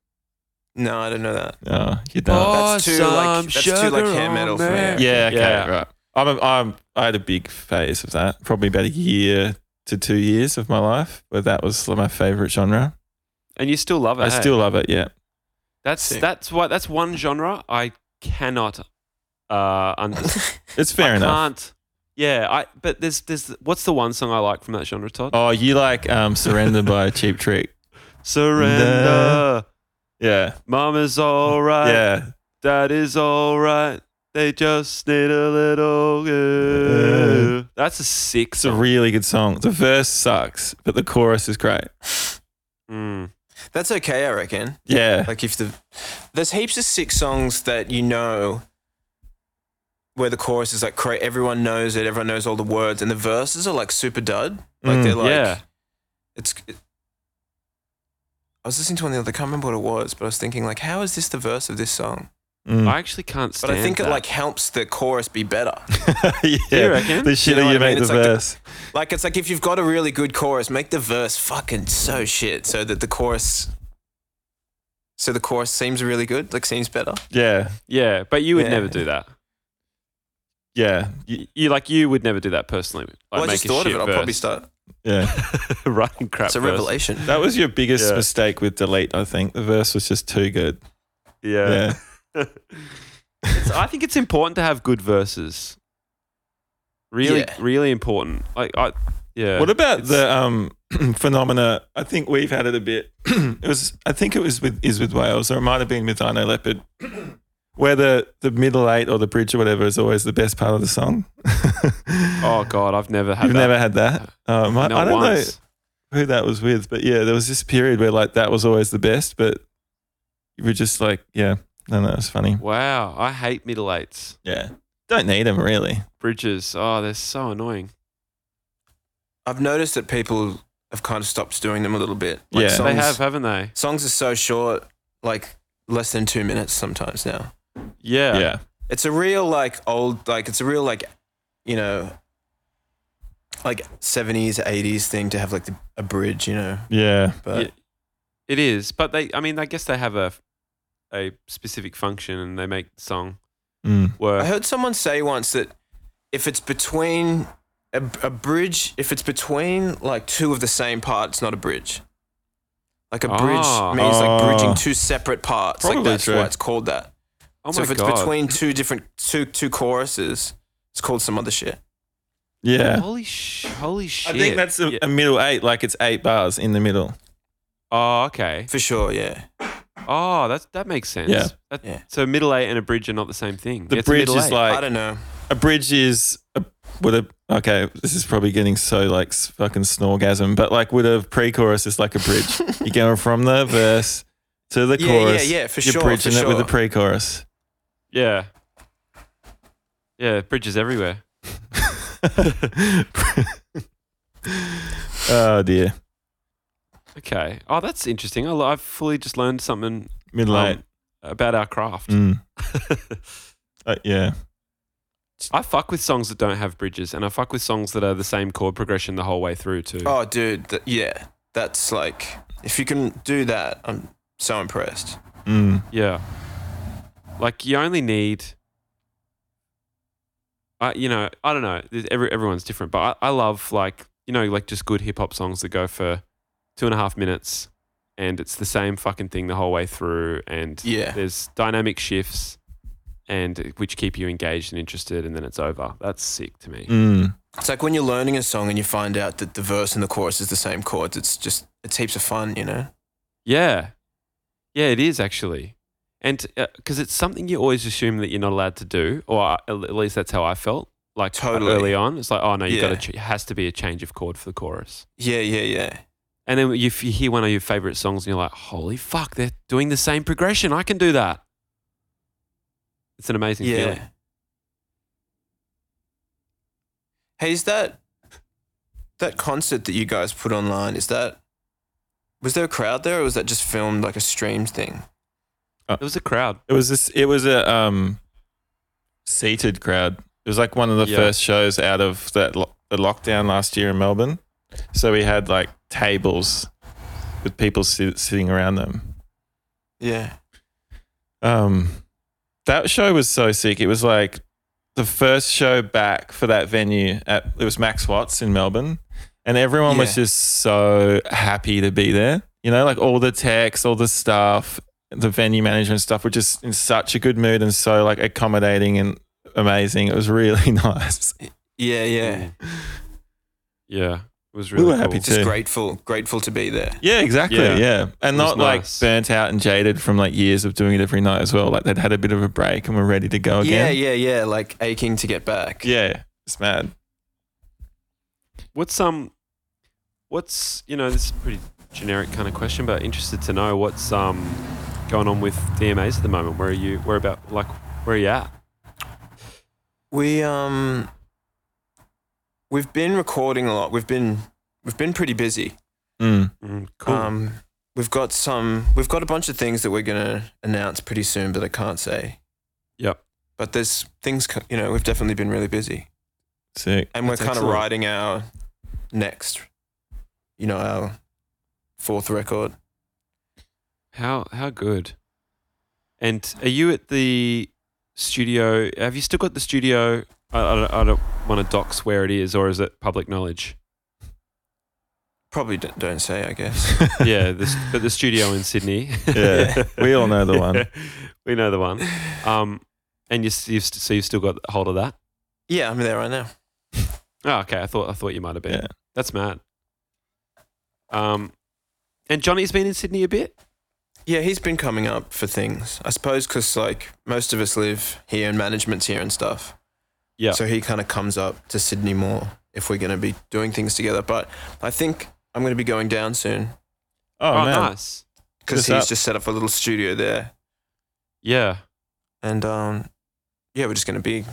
S4: No, I don't know that.
S2: Oh, you don't.
S4: That's too like that's too like hair metal for me.
S2: yeah. Okay.
S1: Yeah.
S2: Right. I'm. A, I'm. I had a big phase of that. Probably about a year to two years of my life where that was my favorite genre.
S1: and you still love it.
S2: I
S1: hey?
S2: still love it. Yeah.
S1: That's
S4: Sick.
S1: that's why that's one genre I cannot uh understand.
S2: It's [laughs] fair
S1: I
S2: enough.
S1: Can't. Yeah, I but there's there's what's the one song I like from that genre, Todd?
S2: Oh, you like um, "Surrender" by Cheap Trick?
S1: Surrender.
S2: Yeah.
S1: Mama's all right.
S2: Yeah.
S1: Dad is all right. They just need a
S2: [laughs]
S1: little. Good. That's a sick
S2: It's a
S1: song.
S2: really good song. The verse sucks, but the chorus is great.
S1: Mm.
S4: That's okay, I reckon.
S2: Yeah.
S4: Like if the there's heaps of sick songs that you know where the chorus is like cra- everyone knows it, everyone knows all the words, and the verses are like super dud. Like
S2: Mm,
S4: they're like
S1: yeah.
S4: it's. It, I was listening to one the other. I can't remember what it was, but I was thinking like, how is this the verse of this song?
S2: Mm.
S1: I actually can't
S4: But
S1: stand.
S4: I think it
S1: that.
S4: like helps the chorus be better.
S2: [laughs] yeah.
S1: you reckon?
S2: The shitter
S4: You
S2: you,
S4: know what I
S2: make
S4: mean? It's
S2: the
S4: like the-
S2: verse.
S4: Like it's like if you've got a really good chorus, make the verse fucking so shit so that the chorus so the chorus seems really good, like seems better.
S2: yeah.
S1: yeah, but you would
S4: Yeah.
S1: never do that.
S2: Yeah.
S1: You, you like you would never do that personally. Like,
S4: Well, I
S1: make
S4: just
S1: a
S4: thought of
S1: shit
S4: it. I'll probably
S1: verse.
S4: start.
S2: Yeah.
S1: [laughs] writing crap.
S4: It's a
S1: verse.
S4: revelation.
S2: [laughs] That was your biggest
S1: Yeah.
S2: mistake with delete, I think. The verse was just too good.
S1: Yeah.
S2: Yeah.
S1: It's- I think it's important to have good verses. Really,
S4: Yeah.
S1: really important. Like, I, yeah.
S2: [laughs] What about
S1: It's-
S2: the um, [clears throat] phenomena? I think we've had it a bit. [clears throat] it was, I think it was with is with Wales, or it might have been with Dino Leopard, [clears throat] where the the middle eight or the bridge or whatever is always the best part of the song. [laughs]
S1: Oh God, I've never had.
S2: You've
S1: that.
S2: never had that. Oh, it might-
S1: Not
S2: I don't
S1: once.
S2: know who that was with, but yeah, there was this period where like that was always the best, but you were just like, yeah, no, no, it's funny.
S1: Wow, I hate middle eights.
S2: Yeah, don't need them really.
S1: Bridges. Oh, they're so annoying.
S4: I've noticed that people have kind of stopped doing them a little bit. Like
S2: Yeah. They
S1: They
S4: songs,
S1: have, uh, haven't they?
S4: songs are so short, like less than two minutes sometimes now.
S1: Yeah.
S2: yeah.
S4: It's a real like old like it's a real like you know like seventies, eighties thing to have like the, a bridge, you know.
S2: yeah.
S4: But
S1: Yeah. It is, but they. I mean, I guess they have a a specific function, and they make the song
S2: Mm.
S1: work.
S4: I heard someone say once that if it's between a, a bridge, if it's between like two of the same part, it's not a bridge. Like a bridge
S1: Ah.
S4: means like bridging
S2: Ah.
S4: two separate parts. like
S2: Probably
S4: that's
S2: true.
S4: why it's called that.
S1: oh
S4: so
S1: my
S4: if it's
S1: God.
S4: between two different two two choruses, it's called some other shit.
S2: Yeah.
S1: Holy sh! Holy shit!
S2: I think that's a,
S1: Yeah.
S2: a middle eight, like it's eight bars in the middle.
S1: Oh, okay.
S4: For sure, yeah.
S1: Oh, that that makes sense.
S2: Yeah.
S1: That-
S4: Yeah.
S1: So middle eight and a bridge are not the same thing.
S2: The
S1: It's
S2: bridge
S1: middle eight.
S2: is
S4: I
S2: like
S4: don't know.
S2: a bridge is a, would a okay. This is probably getting so like s- fucking snorgasm, but like would a pre-chorus is like a bridge. You're going from the verse to the
S4: Yeah, yeah,
S2: chorus.
S4: yeah, for
S2: You're
S4: sure, for
S2: bridging it with a
S4: sure.
S2: pre-chorus.
S1: yeah, yeah, bridges everywhere.
S2: oh dear,
S1: Okay. Oh, that's interesting. I, I've fully just learned something
S2: middle
S1: um,
S2: eight.
S1: about our craft.
S2: Mm. [laughs] Uh, yeah,
S1: I fuck with songs that don't have bridges, and I fuck with songs that are the same chord progression the whole way through too.
S4: Oh, dude, th- yeah. That's like if you can do that, I'm so impressed.
S2: mm.
S1: Yeah. Like you only need. I you know I don't know There's- every everyone's different but I, I love like you know like just good hip hop songs that go for two and a half minutes and it's the same fucking thing the whole way through and
S4: Yeah.
S1: there's dynamic shifts and which keep you engaged and interested and then it's over that's sick to me
S2: Mm.
S4: It's like when you're learning a song and you find out that the verse and the chorus is the same chords. It's just it's heaps of fun, you know.
S1: yeah yeah it is actually and because it's something you always assume that you're not allowed to do or I- at least that's how I felt like uh,
S4: Totally.
S1: early on it's like oh no you
S4: Yeah.
S1: have got to ch- it has to be a change of chord for the chorus
S4: Yeah, yeah, yeah.
S1: And then you, you hear one of your favorite songs and you're like, holy fuck, they're doing the same progression. I can do that. It's an amazing
S4: yeah.
S1: feeling.
S4: Hey, is that that concert that you guys put online? Is that was there a crowd there, or was that just filmed like a streamed thing?
S1: It was a crowd.
S2: It was this. It was a um, seated crowd. It was like one of the
S1: Yeah.
S2: first shows out of that lo- the lockdown last year in Melbourne. So we had like tables with people sit- sitting around them.
S4: Yeah,
S2: Um, that show was so sick. It was like the first show back for that venue at it was Max Watts in Melbourne, and everyone was
S4: Yeah.
S2: just so happy to be there. You know, like all the techs, all the staff, the venue management stuff were just in such a good mood and so like accommodating and amazing. It was really [laughs] nice.
S4: yeah, yeah.
S1: Yeah. It was
S2: We
S1: really
S2: were happy
S1: cool.
S2: to-
S4: Just
S2: Dude.
S4: grateful, grateful to be there.
S2: Yeah, exactly.
S1: Yeah.
S2: Yeah, and
S1: It was
S2: not like
S1: nice.
S2: burnt out and jaded from like years of doing it every night as well. Like they'd had a bit of a break and were ready to go again.
S4: Yeah, yeah, yeah. Like aching to get back.
S2: yeah it's mad.
S1: What's um what's you know, this is a pretty generic kind of question, but interested to know what's um going on with DMAs at the moment. Where are you where about like where are you at?
S4: We um we've been recording a lot. We've been we've been pretty busy.
S2: Mm.
S1: Mm, cool.
S4: Um we've got some we've got a bunch of things that we're going to announce pretty soon but I can't say
S1: Yep.
S4: But there's things, co- you know, we've definitely been really busy.
S2: Sick.
S4: And we're
S2: That's
S4: kind of
S2: excellent.
S4: writing our next, you know, our fourth record.
S1: How how good? And are you at the studio? Have you still got the studio? I, I don't, I don't want to dox where it is, or is it public
S2: [laughs]
S1: knowledge?
S4: Probably d- don't say, I guess.
S1: [laughs] yeah, this, but the studio in Sydney.
S2: [laughs] Yeah, we all know the one.
S1: [laughs] we know the one. Um, and you, you've st- so you've still got hold of that.
S4: yeah, I'm there right now.
S1: Oh, okay. I thought I thought you might have been.
S2: Yeah.
S1: That's mad. Um, and Johnny's been in Sydney a bit.
S4: Yeah, he's been coming up for things. I suppose because, like, most of us live here and management's here and stuff.
S1: Yeah.
S4: So he kind of comes up to Sydney more if we're going to be doing things together. But I think I'm going to be going down soon
S2: Oh,
S1: oh
S2: man,
S1: nice.
S4: because
S2: Just
S4: he's
S2: up.
S4: just set up a little studio there.
S1: Yeah.
S4: And, um, yeah, we're just going to be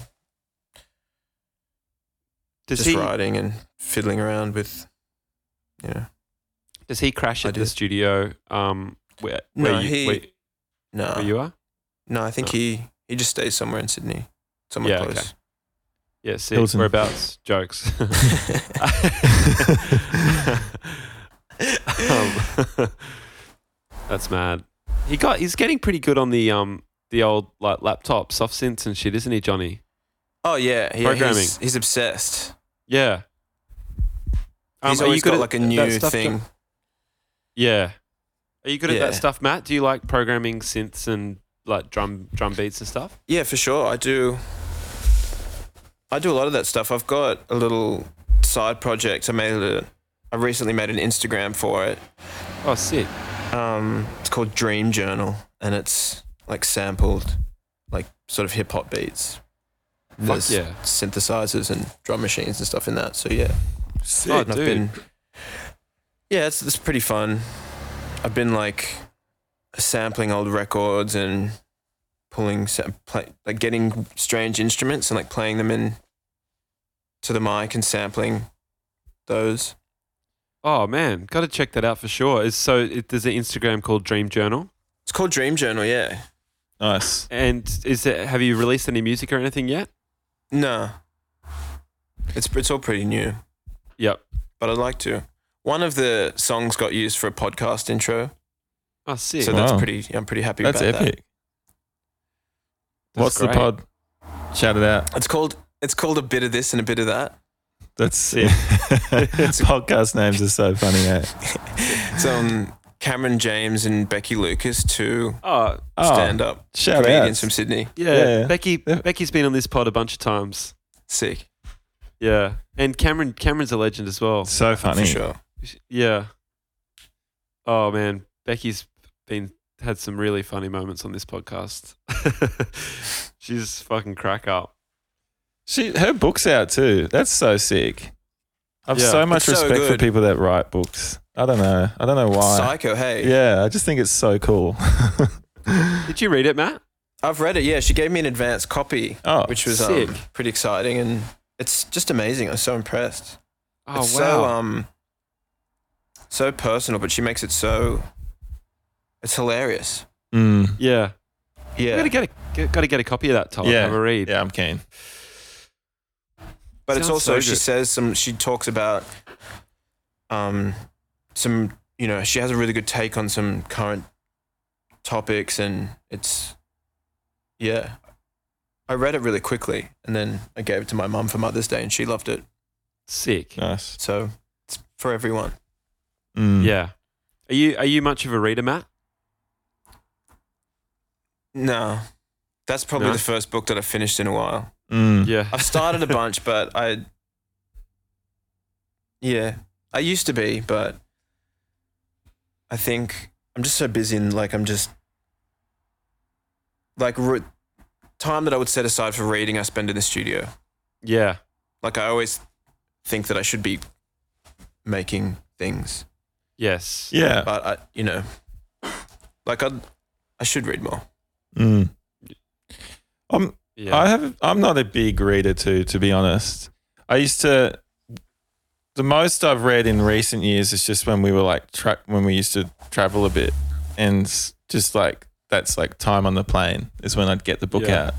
S1: Does
S4: just
S1: he
S4: riding and fiddling around with, you know.
S1: does he crash
S4: I
S1: at the
S4: did.
S1: studio? Um, where,
S4: No,
S1: where you
S4: he- uh,
S1: where,
S4: No,
S1: where you are?
S4: no, I think
S1: no.
S4: he he just stays somewhere in Sydney, somewhere
S1: Yeah,
S4: close.
S1: Yeah, see,
S2: Hilton.
S1: whereabouts? Jokes. [laughs] Um, [laughs] that's mad. He got. He's getting pretty good on the um the old like laptop soft synths and shit, isn't he, Johnny?
S4: [laughs] Oh yeah, yeah
S1: Programming.
S4: He's, he's obsessed.
S1: Yeah. Um,
S4: he's
S1: are
S4: always
S1: you good
S4: got
S1: at
S4: like a
S1: that
S4: new
S1: stuff,
S4: thing.
S1: John? Yeah. Are you good at
S4: Yeah.
S1: that stuff, Matt? Do you like programming synths and like drum drum beats and stuff?
S4: Yeah, for sure. I do. I do a lot of that stuff. I've got a little side project. I made a. I recently made an Instagram for it.
S1: Oh, sick.
S4: Um, it's called Dream Journal, and it's like sampled, like sort of hip hop beats. There's
S1: yeah.
S4: synthesizers and drum machines and stuff in that. So yeah,
S2: Sick.
S1: Oh,
S4: And I've
S1: dude.
S4: been. Yeah, it's it's pretty fun. I've been like sampling old records and pulling sa- play, like getting strange instruments and like playing them in to the mic and sampling those.
S1: Oh man, got to check that out for sure. Is so it, there's an Instagram called Dream Journal,
S4: It's called Dream Journal, yeah.
S2: nice.
S1: and is it? Have you released any music or anything yet?
S4: No. It's it's all pretty new.
S1: Yep.
S4: but I'd like to. One of the songs got used for a podcast intro,
S1: Oh, sick.
S4: so that's
S2: Wow.
S4: pretty. I'm pretty happy
S2: That's
S4: about
S2: epic.
S1: That's
S2: What's
S1: great.
S2: the pod? Shout it out.
S4: that. It's called it's called a bit of this and a bit of that.
S2: That's sick. [laughs] Podcast names are so funny, eh?
S4: It's um Cameron James and Becky Lucas, two
S1: Oh,
S2: Oh,
S4: stand up
S2: shout
S4: comedians from
S2: out.
S4: Sydney.
S1: yeah.
S2: Yeah.
S1: Becky
S2: Yeah.
S1: Becky's been on this pod a bunch of times.
S4: Sick
S1: Yeah. And Cameron Cameron's a legend as well.
S2: So funny.
S4: for sure.
S1: Yeah. Oh man, Becky's been had some really funny moments on this podcast. [laughs] She's fucking crack up.
S2: She her book's out too. That's so sick. I've
S1: Yeah.
S2: so much
S4: It's so
S2: respect for
S4: good.
S2: people that write books. I don't know. I don't know why.
S4: Psycho, hey.
S2: Yeah, I just think it's so cool.
S1: Did you read it, Matt?
S4: I've read it. Yeah, she gave me an advance copy,
S2: oh,
S4: which was
S1: sick.
S4: um, pretty exciting, and it's just amazing. I was so impressed.
S1: Oh
S4: it's
S1: wow.
S4: so um so personal, but she makes it so it's hilarious.
S2: mm,
S1: yeah.
S4: Yeah,
S1: Gotta get a get, gotta get a copy of that, Todd.
S2: Yeah.
S1: Have a read.
S2: yeah, I'm keen.
S4: but it's
S1: sounds
S4: also
S1: so
S4: she
S1: good.
S4: says some she talks about um some you know she has a really good take on some current topics and it's yeah I read it really quickly and then I gave it to my mum for Mother's Day and she loved it
S1: Sick.
S2: Nice.
S4: so it's for everyone
S2: Mm.
S1: Yeah. Are you are you much of a reader, Matt?
S4: no that's probably
S1: No?
S4: the first book that I finished in a while
S2: Mm.
S1: Yeah.
S4: I've started a bunch, but I. Yeah, I used to be, but I think I'm just so busy and like I'm just like re- time that I would set aside for reading, I spend in the studio.
S1: Yeah.
S4: Like I always think that I should be making things,
S1: Yes.
S2: Yeah.
S4: but I, you know, like I, I should read more.
S2: Mm. Um, I'm
S1: Yeah.
S2: I have. I'm not a big reader, too, to be honest. I used to. The most I've read in recent years is just when we were like tra- when we used to travel a bit, and s- just like that's like time on the plane is when I'd get the book
S1: Yeah.
S2: out.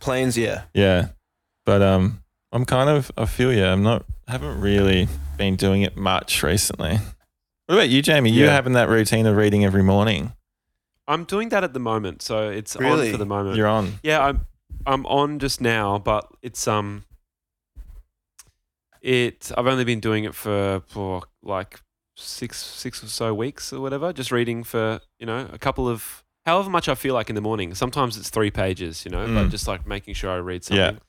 S4: Planes, yeah.
S2: Yeah. But um I'm kind of I feel yeah, I'm not haven't really been doing it much recently. What about you, Jamie? You're
S1: Yeah.
S2: having that routine of reading every morning.
S1: I'm doing that at the moment, so it's
S4: Really?
S1: on for the moment.
S2: You're on.
S1: yeah, I'm I'm on just now, but it's um it I've only been doing it for for like six six or so weeks or whatever, just reading for, you know, a couple of however much I feel like in the morning. Sometimes it's three pages, you know, but
S2: Mm.
S1: just like making sure I read
S2: Yeah.
S1: something.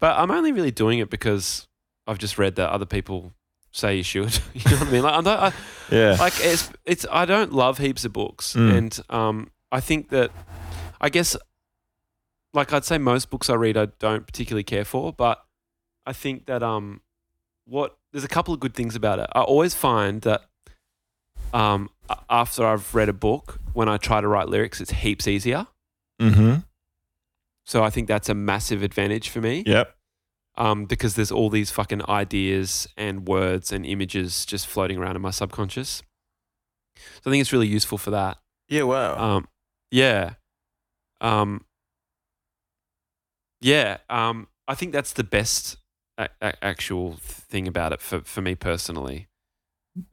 S1: But I'm only really doing it because I've just read that other people say you should. [laughs] you know what I mean? Like I'm not, I,
S2: Yeah.
S1: like it's it's I don't love heaps of books,
S2: Mm.
S1: and um, I think that I guess like I'd say most books I read I don't particularly care for, but I think that um, what there's a couple of good things about it. I always find that um, a- after I've read a book, when I try to write lyrics, it's heaps easier.
S2: mm-hmm.
S1: So I think that's a massive advantage for me
S2: Yep.
S1: um, because there's all these fucking ideas and words and images just floating around in my subconscious. So I think it's really useful for that.
S4: Yeah, wow.
S1: Um, yeah. Um, yeah. Um, I think that's the best a- a- actual thing about it for, for me personally.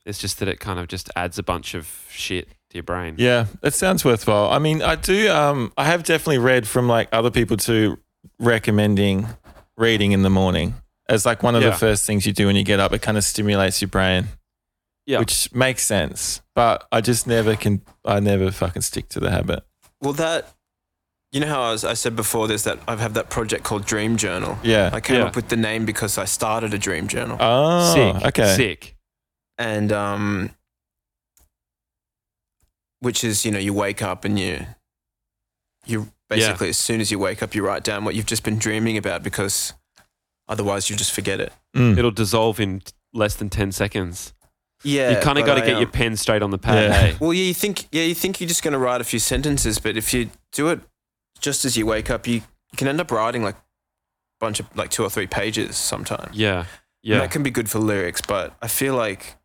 S1: It's just that it kind of just adds a bunch of shit to your brain.
S2: Yeah, that sounds worthwhile. I mean, I do. Um, I have definitely read from like other people too, recommending reading in the morning as like one of
S1: Yeah.
S2: the first things you do when you get up. It kind of stimulates your brain,
S1: Yeah.
S2: which makes sense. But I just never can. I never fucking stick to the habit.
S4: well, that you know how I, was, I said before, there's that I've had that project called Dream Journal.
S2: Yeah.
S4: I came
S1: Yeah.
S4: up with the name because I started a dream journal,
S2: oh,
S1: sick.
S2: okay.
S1: Sick.
S4: and um, which is you know you wake up and you you basically as soon as you wake up you write down what you've just been dreaming about because otherwise you just forget it.
S2: Mm.
S1: It'll dissolve in t- less than 10 seconds.
S4: Yeah,
S1: you kind of got
S4: but
S1: to
S4: I,
S1: get
S4: um,
S1: your pen straight on the pad.
S2: Yeah.
S1: Hey.
S4: Well, yeah, you think yeah, you think you're just going to write a few sentences, but if you do it just as you wake up, you, you can end up writing like a bunch of like two or three pages sometimes.
S2: [laughs]
S1: Yeah.
S4: And
S1: Yeah.
S2: uh,
S4: that can be good for lyrics, but I feel like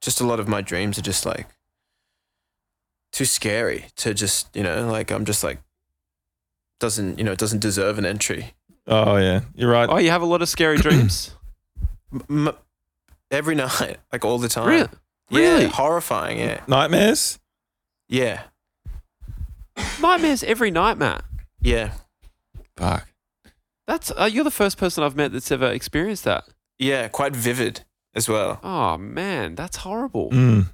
S4: just a lot of my dreams are just like too scary to just you know like I'm just like doesn't you know it doesn't deserve an entry.
S2: Oh yeah, you're right.
S1: Oh, you have a lot of scary
S4: [coughs]
S1: dreams?
S4: M- m- every [laughs] night, like all the time.
S1: Really?
S4: Yeah,
S1: Really?
S4: horrifying. Yeah,
S2: Nightmares.
S4: yeah,
S1: Nightmares every night, Matt.
S4: yeah,
S2: Fuck.
S1: That's uh, you're the first person I've met that's ever experienced that.
S4: yeah. Quite vivid as well.
S1: Oh man, that's horrible.
S2: Mm.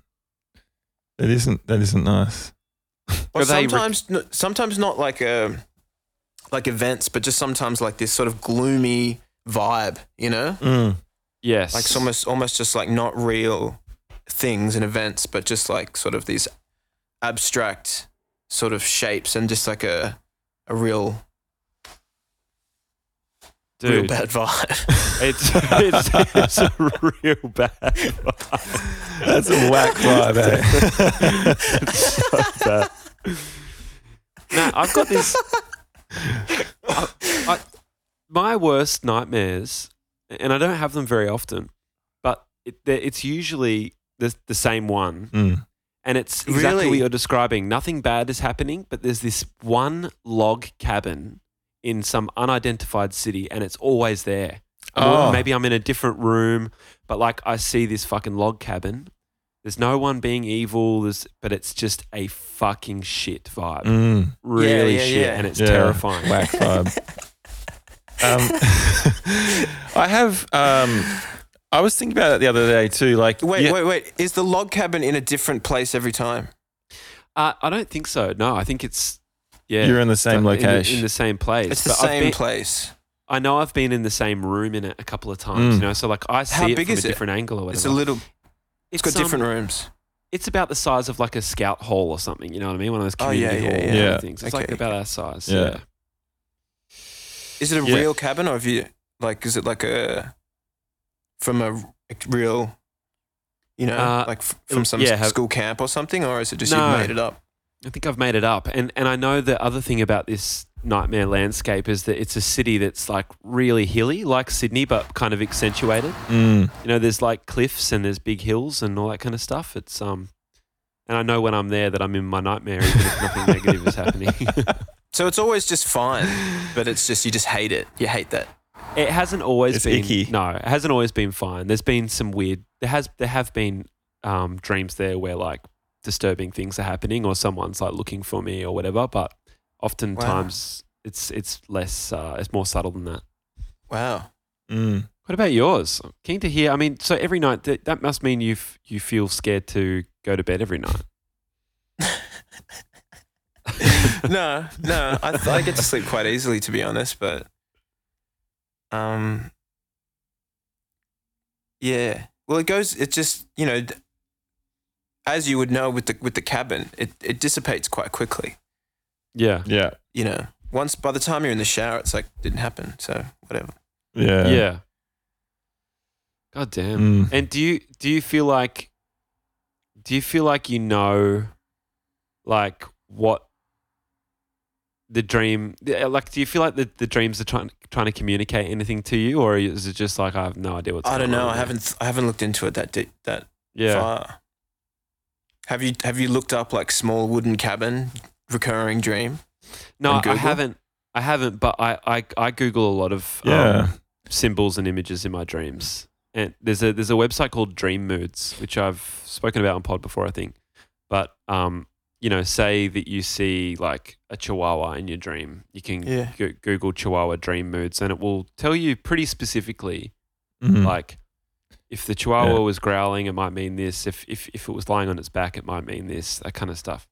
S2: That isn't. That isn't nice.
S4: Well,
S1: Are they rec-
S4: sometimes, n sometimes not like um like events, but just sometimes like this sort of gloomy vibe, you know,
S2: Mm.
S1: Yes.
S4: like it's almost almost just like not real things and events, but just like sort of these abstract sort of shapes and just like a a real real
S1: Dude,
S4: bad vibe.
S1: [laughs] it's, it's it's a real bad. vibe.
S2: That's a whack vibe.
S1: [laughs]
S2: eh?
S1: Now I've got this. I, I, my worst nightmares, and I don't have them very often, but it, they're- it's usually the the same one,
S2: Mm.
S1: and it's exactly what
S4: Really?
S1: you're describing. Nothing bad is happening, but there's this one log cabin in some unidentified city, and it's always there.
S2: Oh.
S1: Or maybe I'm in a different room, but like I see this fucking log cabin. There's no one being evil, there's, but it's just a fucking shit vibe.
S2: Mm.
S1: Really
S4: Yeah, yeah,
S1: shit,
S4: yeah.
S1: and it's
S2: Yeah.
S1: terrifying.
S2: whack vibe. um, [laughs] I have. Um, I was thinking about it the other day too. Like,
S4: Wait,
S2: yeah,
S4: wait, wait! Is the log cabin in a different place every time?
S1: Uh, I don't think so. No, I think it's yeah.
S2: you're in the same
S1: in
S2: location.
S1: in the same place.
S4: It's the
S1: But I've
S4: same
S1: been-
S4: place.
S1: I know I've been in the same room in it a couple of times.
S2: Mm.
S1: You know, so like I see
S4: How
S1: it
S4: big
S1: from
S4: is
S1: a
S4: it?
S1: different angle or whatever.
S4: It's a little. it's got
S1: um,
S4: different rooms.
S1: It's about the size of like a scout hall or something. You know what I mean? One of those
S4: Oh, yeah,
S1: community
S4: yeah,
S1: hall
S4: yeah.
S1: kind of
S2: Yeah.
S1: things. It's like
S4: Okay,
S1: about that size.
S2: Yeah.
S1: yeah.
S4: Is it a
S2: Yeah.
S4: real cabin or have you like is it like a from a r- real you know
S1: Uh,
S4: like f- from some
S1: yeah,
S4: s-
S1: have-
S4: school camp or something or is it just
S1: No.
S4: you've made it up?
S1: I think I've made it up. And and I know the other thing about this nightmare landscape is that it's a city that's like really hilly, like Sydney, but kind of accentuated.
S2: Mm.
S1: You know, there's like cliffs and there's big hills and all that kind of stuff. It's
S4: [laughs]
S1: um and I know when I'm there that I'm in my nightmare even if nothing negative is happening. [laughs]
S4: So it's always just fine, but it's just you just hate it. You hate that.
S1: It hasn't always
S2: It's
S1: been
S2: icky.
S1: no. It hasn't always been fine. There's been some weird. There has there have been um, dreams there where like disturbing things are happening or someone's like looking for me or whatever. But oftentimes it's it's less. Uh, it's more subtle than that.
S4: Wow.
S2: [laughs] Mm.
S1: What about yours? I'm keen to hear. I mean, so every night that that must mean you you feel scared to go to bed every
S2: [laughs]
S1: night.
S4: no, no. I, I get to sleep quite easily, to be honest. But, um, yeah. Well, it goes. It just you know, d- as you would know with the with the cabin, it it dissipates quite quickly.
S1: [laughs] Yeah.
S2: Yeah.
S4: You know, once by the time you're in the shower, it's like didn't happen. So whatever.
S2: Yeah.
S1: Yeah. um, God damn.
S2: Mm.
S1: And do you do you feel like do you feel like you know like what the dream yeah, like do you feel like the, the dreams are trying trying to communicate anything to you or is it just like I have no idea what's
S4: I
S1: going
S4: don't know.
S1: on
S4: I haven't th- I haven't looked into it that deep that
S1: yeah
S4: far. Have you have you looked up like small wooden cabin recurring dream?
S1: no
S4: on
S1: I
S4: Google?
S1: haven't I haven't but I I, I google a lot of um,
S2: Yeah.
S1: symbols and images in my dreams. And there's a there's a website called Dream Moods, which I've spoken about on pod before, I think. But um, you know, say that you see like a chihuahua in your dream, you can
S4: Yeah.
S1: go- Google chihuahua dream moods, and it will tell you pretty specifically
S2: Mm.
S1: like if the chihuahua
S2: Yeah.
S1: was growling, it might mean this. If if if it was lying on its back, it might mean this. That kind of stuff.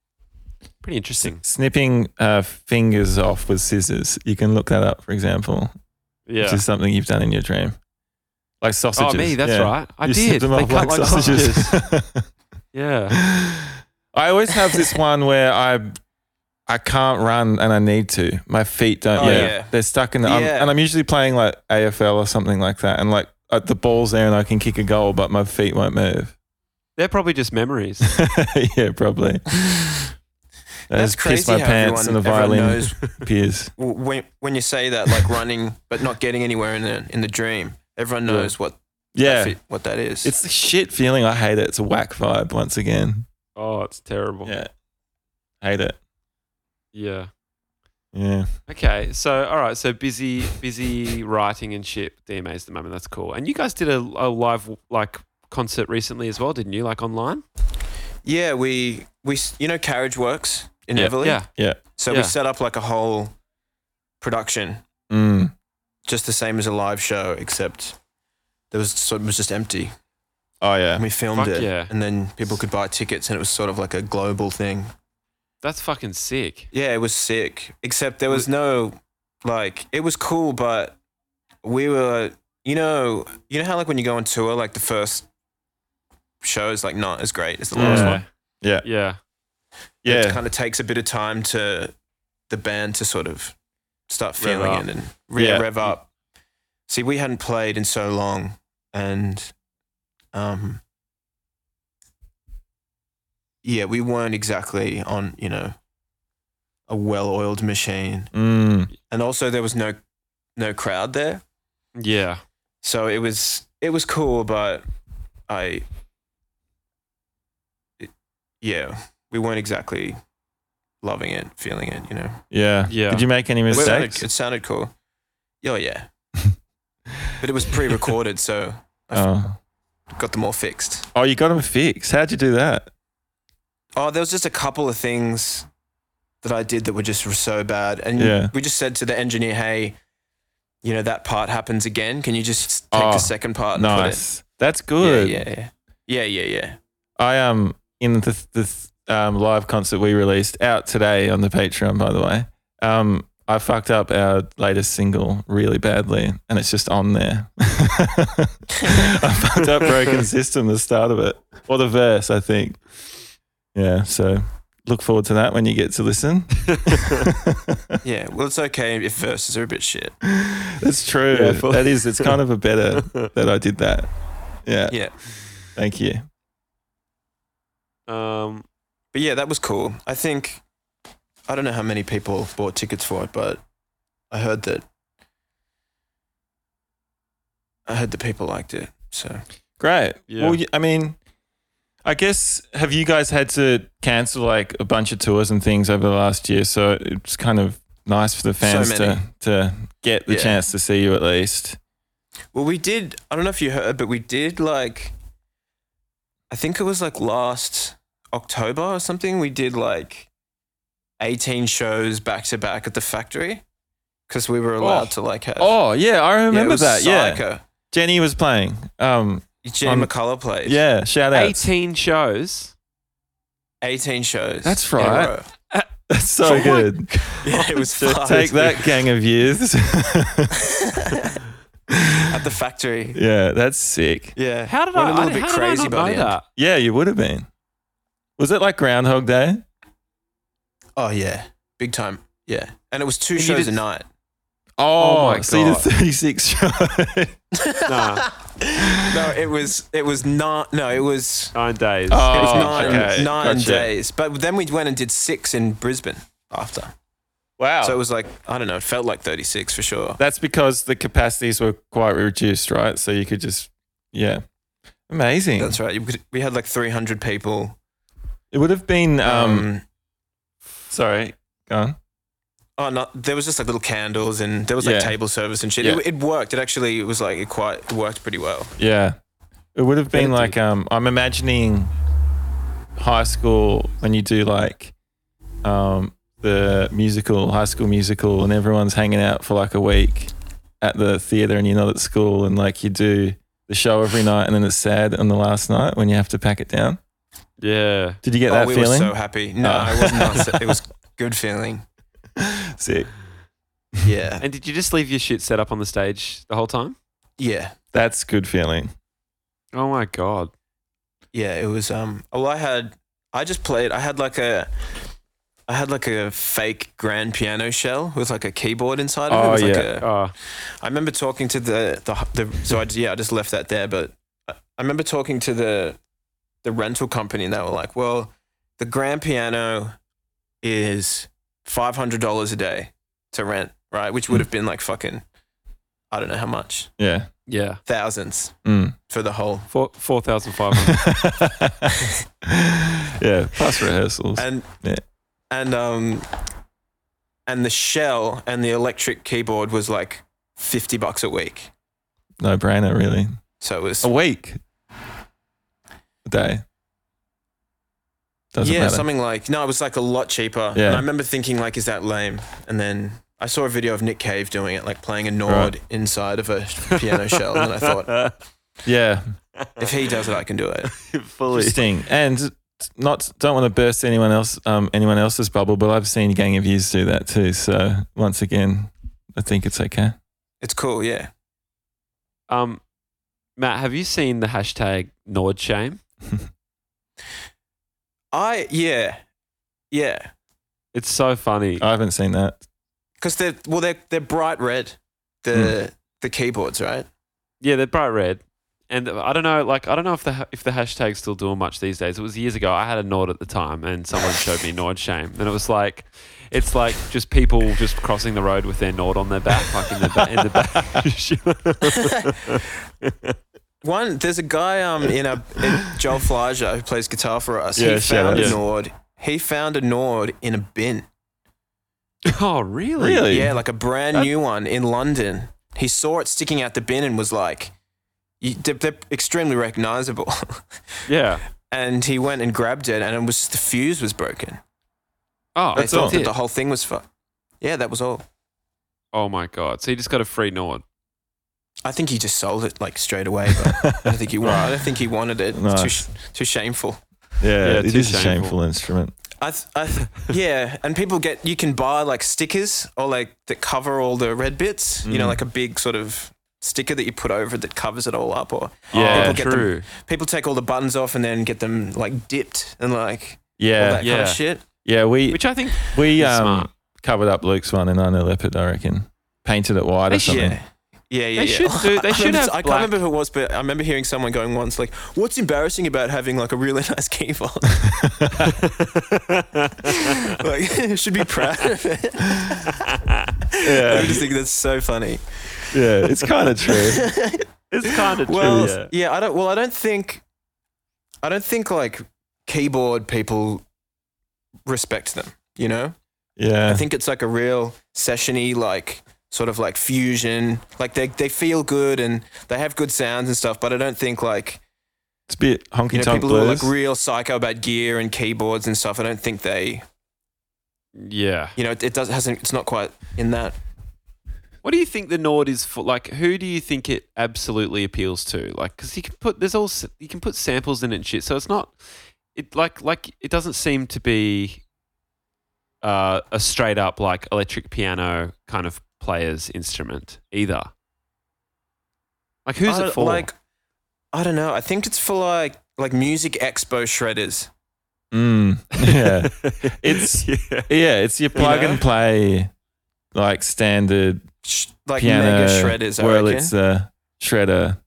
S1: Pretty interesting.
S2: Snipping uh, fingers off with scissors. You can look that up, for example,
S1: Yeah.
S2: which is something you've done in your dream. Like sausages.
S1: oh me, that's
S2: yeah.
S1: right. I
S2: you
S1: did.
S2: snipped them
S1: They
S2: off
S1: cut
S2: like,
S1: like
S2: sausages. [laughs]
S1: sausages. [laughs] yeah.
S2: I always have this one where I I can't run and I need to. My feet don't
S4: Oh,
S2: move.
S4: yeah.
S2: They're stuck in the. I'm-
S4: Yeah.
S2: and I'm usually playing like AFL or something like that. And like uh, the ball's there and I can kick a goal, but my feet won't move. [laughs]
S1: They're probably just memories.
S2: yeah, probably. I
S4: That's
S2: just piss
S4: crazy
S2: my
S4: how
S2: pants
S4: everyone,
S2: and the [laughs]
S4: everyone
S2: violin
S4: knows
S2: appears.
S4: w- when, when you say that, like running but not getting anywhere in the in the dream. Everyone knows what that
S2: Yeah.
S4: fit- what that is.
S2: It's the shit feeling. I hate it. It's a whack vibe once again.
S1: Oh, it's terrible.
S2: Yeah. Hate it.
S1: Yeah.
S2: Yeah.
S1: Okay. So, all right. So busy, busy writing and shit. with DMAs at the moment. That's cool. And you guys did a, a live like concert recently as well, didn't you? Like online.
S4: yeah, we we s- you know Carriage Works in
S1: Yeah.
S4: Everly.
S1: Yeah.
S2: Yeah.
S4: So
S1: Yeah.
S4: we set up like a whole production,
S2: Mm.
S4: just the same as a live show, except there was so it was just empty.
S2: Oh,
S4: And
S2: yeah.
S4: we filmed
S1: Fuck
S4: it,
S1: yeah.
S4: and then people could buy tickets, and it was sort of like a global thing.
S1: That's fucking sick.
S4: Yeah, it was sick. Except there was no like it was cool, but we were you know you know how like when you go on tour, like the first show is like not as great as the last
S2: Yeah.
S4: one.
S2: Yeah.
S1: Yeah.
S2: Yeah.
S4: It kind of takes a bit of time to the band to sort of start
S1: Rev
S4: feeling
S1: up.
S4: it and re-
S2: Yeah.
S4: rev up. See, we hadn't played in so long, and um, yeah, we weren't exactly on you know a well-oiled machine,
S2: Mm.
S4: and also there was no no crowd there,
S1: Yeah.
S4: so it was it was cool, but I it, yeah, we weren't exactly loving it, feeling it, you know.
S2: Yeah.
S1: Yeah.
S2: Did you make any
S4: It sounded,
S2: mistakes?
S4: it sounded cool.
S2: [laughs]
S4: Oh yeah, but it was pre-recorded, so
S2: Oh.
S4: got them all fixed.
S2: oh, you got them fixed. How'd you do that?
S4: Oh, there was just a couple of things that I did that were just so bad, and
S2: Yeah.
S4: we just said to the engineer, "Hey, you know that part happens again. Can you just take
S2: Oh,
S4: the second part and
S2: Nice. That's
S4: put
S2: good.
S4: it?" Yeah, yeah, yeah, yeah, yeah, yeah.
S2: I um in the the um, live concert we released out today on the Patreon, by the way. Um, I fucked up our latest single really badly, and it's just on there. [laughs] I fucked up
S4: [laughs]
S2: "Broken System" the start of it, or the verse, I think. Yeah, so look forward to that when you get to
S4: [laughs]
S2: listen.
S4: Yeah, well, it's okay if verses are a bit shit.
S2: That's true.
S1: Yeah, for-
S2: that is. It's kind of a
S4: [laughs]
S2: better that I did that. Yeah.
S4: Yeah.
S2: Thank you.
S1: [laughs] Um.
S4: But yeah, that was cool. I think, I don't know how many people bought tickets for it, but I heard that, I heard that people liked it. So,
S2: Great.
S1: Yeah.
S2: Well, y- I mean, I guess have you guys had to cancel like a bunch of tours and things over the last year? So it's kind of nice for the fans
S4: many.
S2: to, to get the
S4: Yeah.
S2: chance to see you at least.
S4: Well, we did. I don't know if you heard, but we did like. I think it was like last October or something. We did like 18 shows back to back at the factory because we were allowed to like have.
S2: Oh yeah, I
S4: Yeah, Uh, it
S2: remember
S4: was
S2: that. Yeah,
S4: Psycho.
S2: Jenny was playing. Um,
S4: Jane
S2: On-
S4: McCullough played.
S2: yeah, shout out.
S1: 18 shows.
S4: 18 shows.
S2: That's
S4: in a
S2: right.
S4: row.
S2: That's [laughs] so good.
S4: [laughs] Yeah, it [laughs] was
S2: So
S4: fun.
S2: take that, gang of youths.
S4: at the factory.
S2: [laughs] yeah, that's sick.
S4: Yeah.
S1: How did
S4: Went
S1: I?
S4: a little
S1: I-
S4: bit
S1: how did I
S4: crazy
S1: not
S4: by the
S1: know
S4: end.
S1: that?
S2: Yeah, you would have been. Was it like Groundhog Day?
S4: Oh yeah, big time. Yeah, and it was two
S1: And you
S4: shows
S1: did-
S4: a night.
S1: Oh, my
S2: so you did
S1: God.
S2: [laughs] 36 shows.
S4: [laughs]
S1: Nah,
S4: No, it was it was not. No, it was
S1: nine days.
S2: Oh,
S4: It was nine,
S2: okay.
S4: nine
S2: Gotcha.
S4: days. But then we went and did six in Brisbane after.
S2: Wow.
S4: So it was like, I don't know, it felt like 36 for sure.
S2: That's because the capacities were quite reduced, right? So you could just, yeah. Amazing.
S4: That's right. You could- We had like 300 people.
S2: It would have been, um, sorry, go on.
S4: oh, no, there was just like little candles and there was like
S2: Yeah.
S4: table service and shit.
S2: Yeah.
S4: It, it worked. It actually it was like, it quite it worked pretty well.
S2: Yeah. It would have been
S1: Yeah, it
S2: like, um, I'm imagining high school when you do like um, the musical, high school musical, and everyone's hanging out for like a week at the theater and you're not at school, and like you do the show every night, and then it's sad on the last night when you have to pack it down.
S1: Yeah.
S2: Did you get
S4: oh,
S2: that
S4: we
S2: feeling?
S4: were
S2: [laughs]
S4: so happy. No,
S2: Oh.
S4: it was not. it was good feeling.
S2: Sick.
S4: [laughs]
S2: [laughs]
S4: Yeah.
S1: And did you just leave your shit set up on the stage the whole time?
S4: Yeah.
S2: That's good feeling.
S1: Oh my god.
S4: Yeah. It was, um, well, I had, I just played, I had like a, I had like a fake grand piano shell with like a keyboard inside of it.
S2: Oh,
S4: it was like
S2: yeah.
S4: a,
S1: Oh,
S4: I remember talking to the the, the so I yeah I just left that there, but I I remember talking to the the rental company and they were like, well, the grand piano is five hundred dollars a day to rent, right? Which
S2: Hmm.
S4: would have been like fucking I don't know how much
S2: Yeah.
S1: yeah.
S4: thousands
S2: Mm.
S4: for the whole
S1: Four four thousand five hundred.
S2: [laughs] yeah. Plus rehearsals.
S4: and
S2: Yeah.
S4: and um and the shell and the electric keyboard was like fifty bucks a week,
S2: no brainer, really.
S4: so it was
S2: A week. A day. Doesn't
S4: yeah,
S2: matter.
S4: something like no, it was like a lot cheaper.
S2: Yeah.
S4: And I remember thinking like, is that lame? And then I saw a video of Nick Cave doing it, like playing a Nord
S2: Right.
S4: inside of a piano shell, and [laughs]
S2: [laughs]
S4: I thought,
S1: [laughs]
S2: yeah.
S4: if he does it, I can do it.
S1: fully.
S2: Interesting. And not don't want to burst anyone else um, anyone else's bubble, but I've seen gang of years do that too. So once again, I think it's okay.
S4: It's cool, yeah.
S1: Um, Matt, have you seen the hashtag Nord shame?
S4: I yeah, yeah,
S1: It's so funny.
S4: Oh.
S2: I haven't seen that.
S4: because they're well, they're they're bright red, the
S2: Hmm.
S4: the keyboards, right?
S1: Yeah, they're bright red. And I don't know, like I don't know if the ha- if the hashtag's still doing much these days. It was years ago. I had a Nord at the time, and someone showed me Nord shame, and it was like, it's like just people just crossing the road with their Nord on their back, like in the ba- in the
S4: [laughs]
S1: back. [laughs]
S4: One, there's a guy um in a in Joel Flager who plays guitar for us.
S2: Yeah,
S4: he
S2: shout
S4: found
S2: out.
S4: a Nord. He found a Nord in a bin.
S1: oh, really?
S2: Really?
S4: Yeah, like a brand new one in London. He saw it sticking out the bin and was like, you, they're, they're extremely recognizable. [laughs]
S1: Yeah.
S4: and he went and grabbed it, and it was the fuse was broken.
S1: Oh,
S4: They
S1: that's
S4: thought
S1: all.
S4: that the whole thing was fucked. Yeah, that was all.
S1: oh my god! So you just got a free Nord.
S4: I think he just sold it like straight away, but I
S2: [laughs]
S4: don't think he wanted. I don't think he wanted it. It's too,
S2: Nice.
S4: sh- too shameful.
S2: Yeah,
S1: Yeah,
S2: it
S1: too
S2: is a
S1: shameful.
S2: shameful instrument.
S4: I, th- I th- [laughs] yeah, and people get you can buy like stickers or like that cover all the red bits. You know,
S2: Mm.
S4: like a big sort of sticker that you put over that covers it all up, or
S1: Yeah,
S4: people get them-
S1: true.
S4: people take all the buttons off and then get them like dipped and like all
S2: Yeah,
S4: that kind
S1: yeah.
S4: of shit.
S2: yeah. We
S1: Which I think
S2: we
S1: is
S2: um,
S1: smart.
S2: covered up Luke's one in I Know Leopard, I reckon. Painted it white
S1: They
S2: or something.
S4: Yeah. Yeah, yeah,
S1: They
S4: yeah.
S1: should do- they
S4: [laughs] I
S1: should
S4: remember-
S1: have
S4: I can't
S1: black-
S4: remember who it was, but I remember hearing someone going once, like, "What's embarrassing about having like a really [laughs] nice
S2: [laughs]
S4: keyboard? like, [laughs] you should be proud of it." I
S2: Yeah,
S4: just think that's so funny.
S2: yeah, it's kind of [laughs] true.
S1: it's kind of
S4: Well,
S1: true.
S4: yeah. I don't. Well, I don't think, I don't think like keyboard people respect them. You know,
S2: Yeah.
S4: I think it's like a real sessiony, like sort of like fusion. Like they they feel good and they have good sounds and stuff, but I don't think like
S2: it's a bit
S4: you
S2: honky
S4: know,
S2: tonk
S4: people who are
S2: blues.
S4: like real psycho about gear and keyboards and stuff. I don't think they,
S1: [laughs] Yeah.
S4: you know, it, it does hasn't. It's not quite in that.
S1: What do you think the Nord is for? Like, who do you think it absolutely appeals to? Like, because you can put there's all s- you can put samples in it and shit. So it's not it like like it doesn't seem to be uh, a straight up like electric piano kind of player's instrument either. Like, who's
S4: I
S1: it
S4: don't-
S1: for?
S4: Uh,
S1: [laughs]
S4: Like, I don't know. I think it's for like like music expo shredders.
S2: mm, [laughs]
S4: [laughs]
S2: yeah. It's-
S1: yeah.
S2: yeah, it's [laughs] your plug
S4: know?
S2: and play, like standard
S4: Sh- like
S2: piano
S4: mega shredders, I reckon.
S2: Wurlitzer, shredder.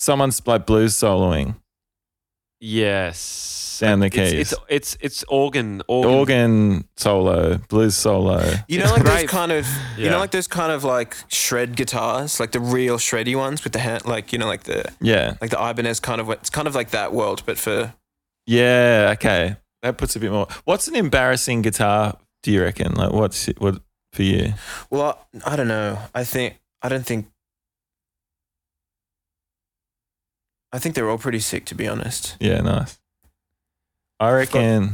S2: Someone's like blues soloing
S1: Yes.
S2: down the keys.
S1: It's, it's it's it's organ organ.
S2: organ solo, blues solo.
S4: You know, like those
S1: Right.
S4: kind of, you
S1: Yeah.
S4: know, like those kind of like shred guitars, like the real shreddy ones with the hand, like you know, like the
S2: Yeah,
S4: like the Ibanez kind of. It's kind of like that world, but for
S2: yeah. Okay, that puts a bit more. What's an embarrassing guitar? Do you reckon? Like, what's it, what for you?
S4: well, I, I don't know. I think I don't think. I think they're all pretty sick, to be honest.
S2: Yeah, nice. I reckon.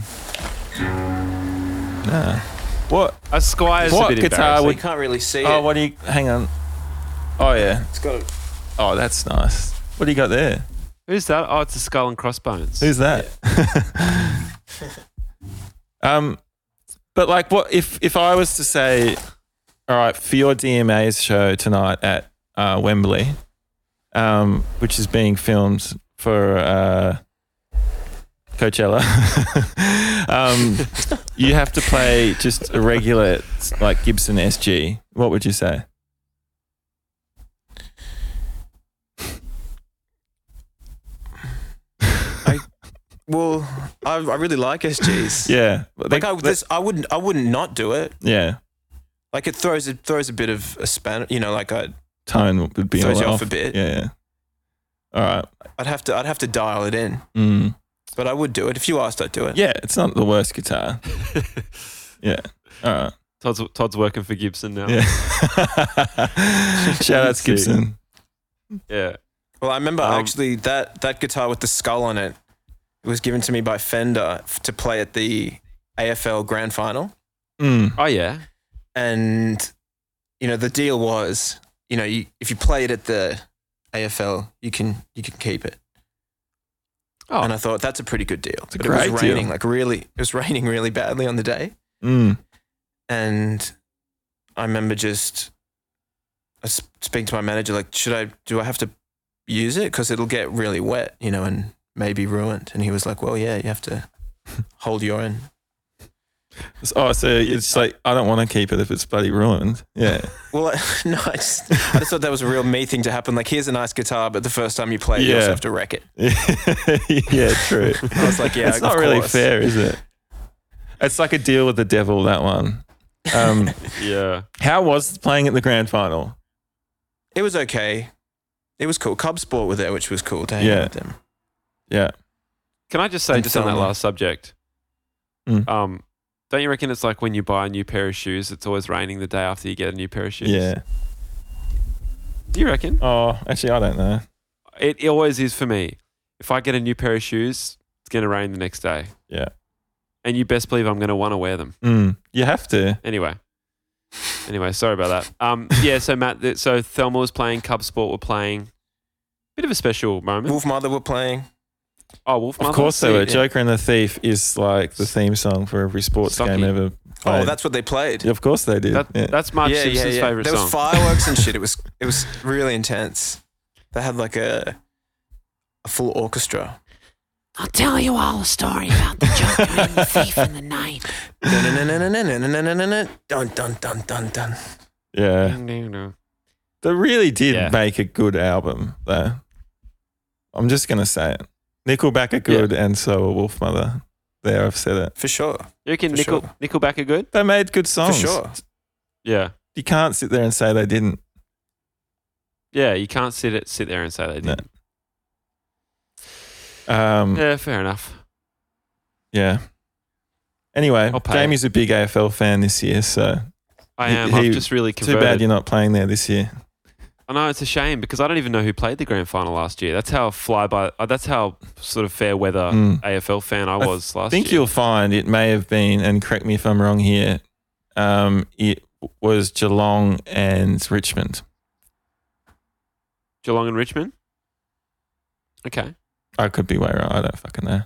S2: Nah. What?
S1: A squire's
S2: What
S1: a bit embarrassing.
S2: guitar
S4: So
S2: would-
S4: you can't really see
S2: Oh,
S4: it.
S2: what do you? Hang on. Oh yeah.
S4: It's got. A,
S2: Oh, that's nice. What do you got there?
S1: Who's that? Oh, it's a skull and crossbones.
S2: Who's that? [laughs] um, but like, what if if I was to say, all right, for your DMA's show tonight at uh, Wembley, um, which is being filmed for uh, Coachella, [laughs] um, you have to play just a regular like Gibson SG. What would you say?
S4: well, I, I really like
S2: [laughs]
S4: SGs.
S2: Yeah,
S4: Like I, this, I wouldn't, I wouldn't not do it.
S2: yeah,
S4: Like it throws, it throws a bit of a span. You know, like I,
S2: tone would be
S4: Throws
S2: all
S4: you off a bit.
S2: Yeah, yeah. All right.
S4: I'd have to, I'd have to dial it in.
S2: Mm.
S4: But I would do it if you asked. I'd do it.
S2: Yeah, it's not the worst guitar. yeah. All right.
S1: [laughs] Todd's Todd's working for Gibson now.
S4: [laughs]
S2: Yeah. Shout out to Gibson.
S1: Yeah.
S4: Well, I remember
S1: Um,
S4: actually that that guitar with the skull on it, it was given to me by Fender f- to play at the AFL Grand Final,
S2: Mm.
S1: Oh yeah.
S4: and you know the deal was, you know, you, if you play it at the AFL, you can you can keep it.
S1: Oh.
S4: And I thought that's a pretty good deal.
S2: a
S4: But it
S2: great
S4: was
S2: deal.
S4: raining like really. It was [laughs] raining really badly on the day,
S2: Mm.
S4: and I remember just I s- speaking to my manager like, should I do I have to use it because it'll get really wet, you know, and maybe ruined. And he was like, well, yeah, you have to [laughs] hold your own.
S2: S- Oh, so it's like I don't want to keep it if it's bloody ruined.
S4: [laughs]
S2: Yeah.
S4: Well, I, no, I just, I just thought that was a real me thing to happen. Like, here's a nice guitar, but the first time you play, it, you
S2: Yeah.
S4: also have to wreck it.
S2: yeah. True.
S4: I
S2: [laughs]
S4: was like, yeah,
S2: it's
S4: of
S2: not really
S4: course.
S2: fair, is it? It's like a deal with the devil. That one.
S4: [laughs]
S2: Um,
S1: Yeah.
S2: how was playing at the grand final?
S4: It was okay. It was cool. Cub Sport were there, which was cool to hang
S2: Yeah.
S4: out with them.
S2: Yeah.
S1: Can I just say
S4: And
S1: just on that
S4: Thelma.
S1: last subject?
S2: Mm.
S1: Um, don't you reckon it's like when you buy a new pair of shoes, it's always raining the day after you get a new pair of shoes?
S2: Yeah.
S1: Do you reckon?
S2: Oh, actually, I don't know.
S1: It, it always is for me. If I get a new pair of shoes, it's gonna rain the next day.
S2: Yeah.
S1: And you best believe I'm gonna want to wear them
S2: Mm. You have to.
S1: anyway. Anyway, sorry about that. Um, yeah. So Matt, th- so Thelma was playing, Cub Sport were playing. Bit of a special moment.
S4: Wolf Mother were playing.
S1: Oh, Wolf
S2: Of
S1: Mother.
S2: course they were.
S4: yeah.
S2: Joker and the Thief is like the theme song for every sports
S1: Stocky.
S2: game ever.
S4: Oh,
S2: played.
S4: that's what they played.
S2: Of course they did.
S1: That,
S2: yeah.
S1: That's Marge Simpson's favorite
S4: there
S1: song.
S4: was fireworks
S1: [laughs]
S4: and shit. It was it was really intense. They had like a a full
S1: [laughs]
S4: orchestra.
S5: I'll tell you all a story about the
S2: [laughs]
S5: Joker and the thief in the night.
S4: Dun-dun-dun-dun-dun-dun-dun-dun. Dun dun dun dun dun.
S2: yeah. They really did
S1: Mm. Yeah.
S2: make a good album, though. I'm just going to say it. Nickelback are good, and so are Wolf Mother. There, I've said it.
S4: For sure.
S1: You reckon
S4: For
S1: Nickel,
S4: sure.
S1: Nickelback are good?
S2: They made good
S4: For
S2: songs.
S4: sure.
S1: Yeah.
S2: You can't sit there and say they didn't.
S1: Yeah, you can't sit it, sit there and say they
S2: No.
S1: didn't.
S2: Um, yeah.
S1: Yeah, fair enough.
S2: Anyway,
S1: I'll pay.
S2: Jamie's a big AFL fan this year, so
S1: I
S2: He-
S1: am.
S2: he-
S1: I've just really converted.
S2: too bad you're not playing there this year.
S1: I know it's a shame because I don't even know who played the grand final last year. That's how fly by. uh, That's how sort of fair weather
S2: Mm.
S1: AFL fan I
S2: I
S1: was
S2: I
S1: last
S2: think
S1: year.
S2: you'll find it may have been, and correct me if I'm wrong here, um, it was Geelong and Richmond.
S1: Geelong and Richmond. Okay.
S2: I could be way wrong. I don't fucking know.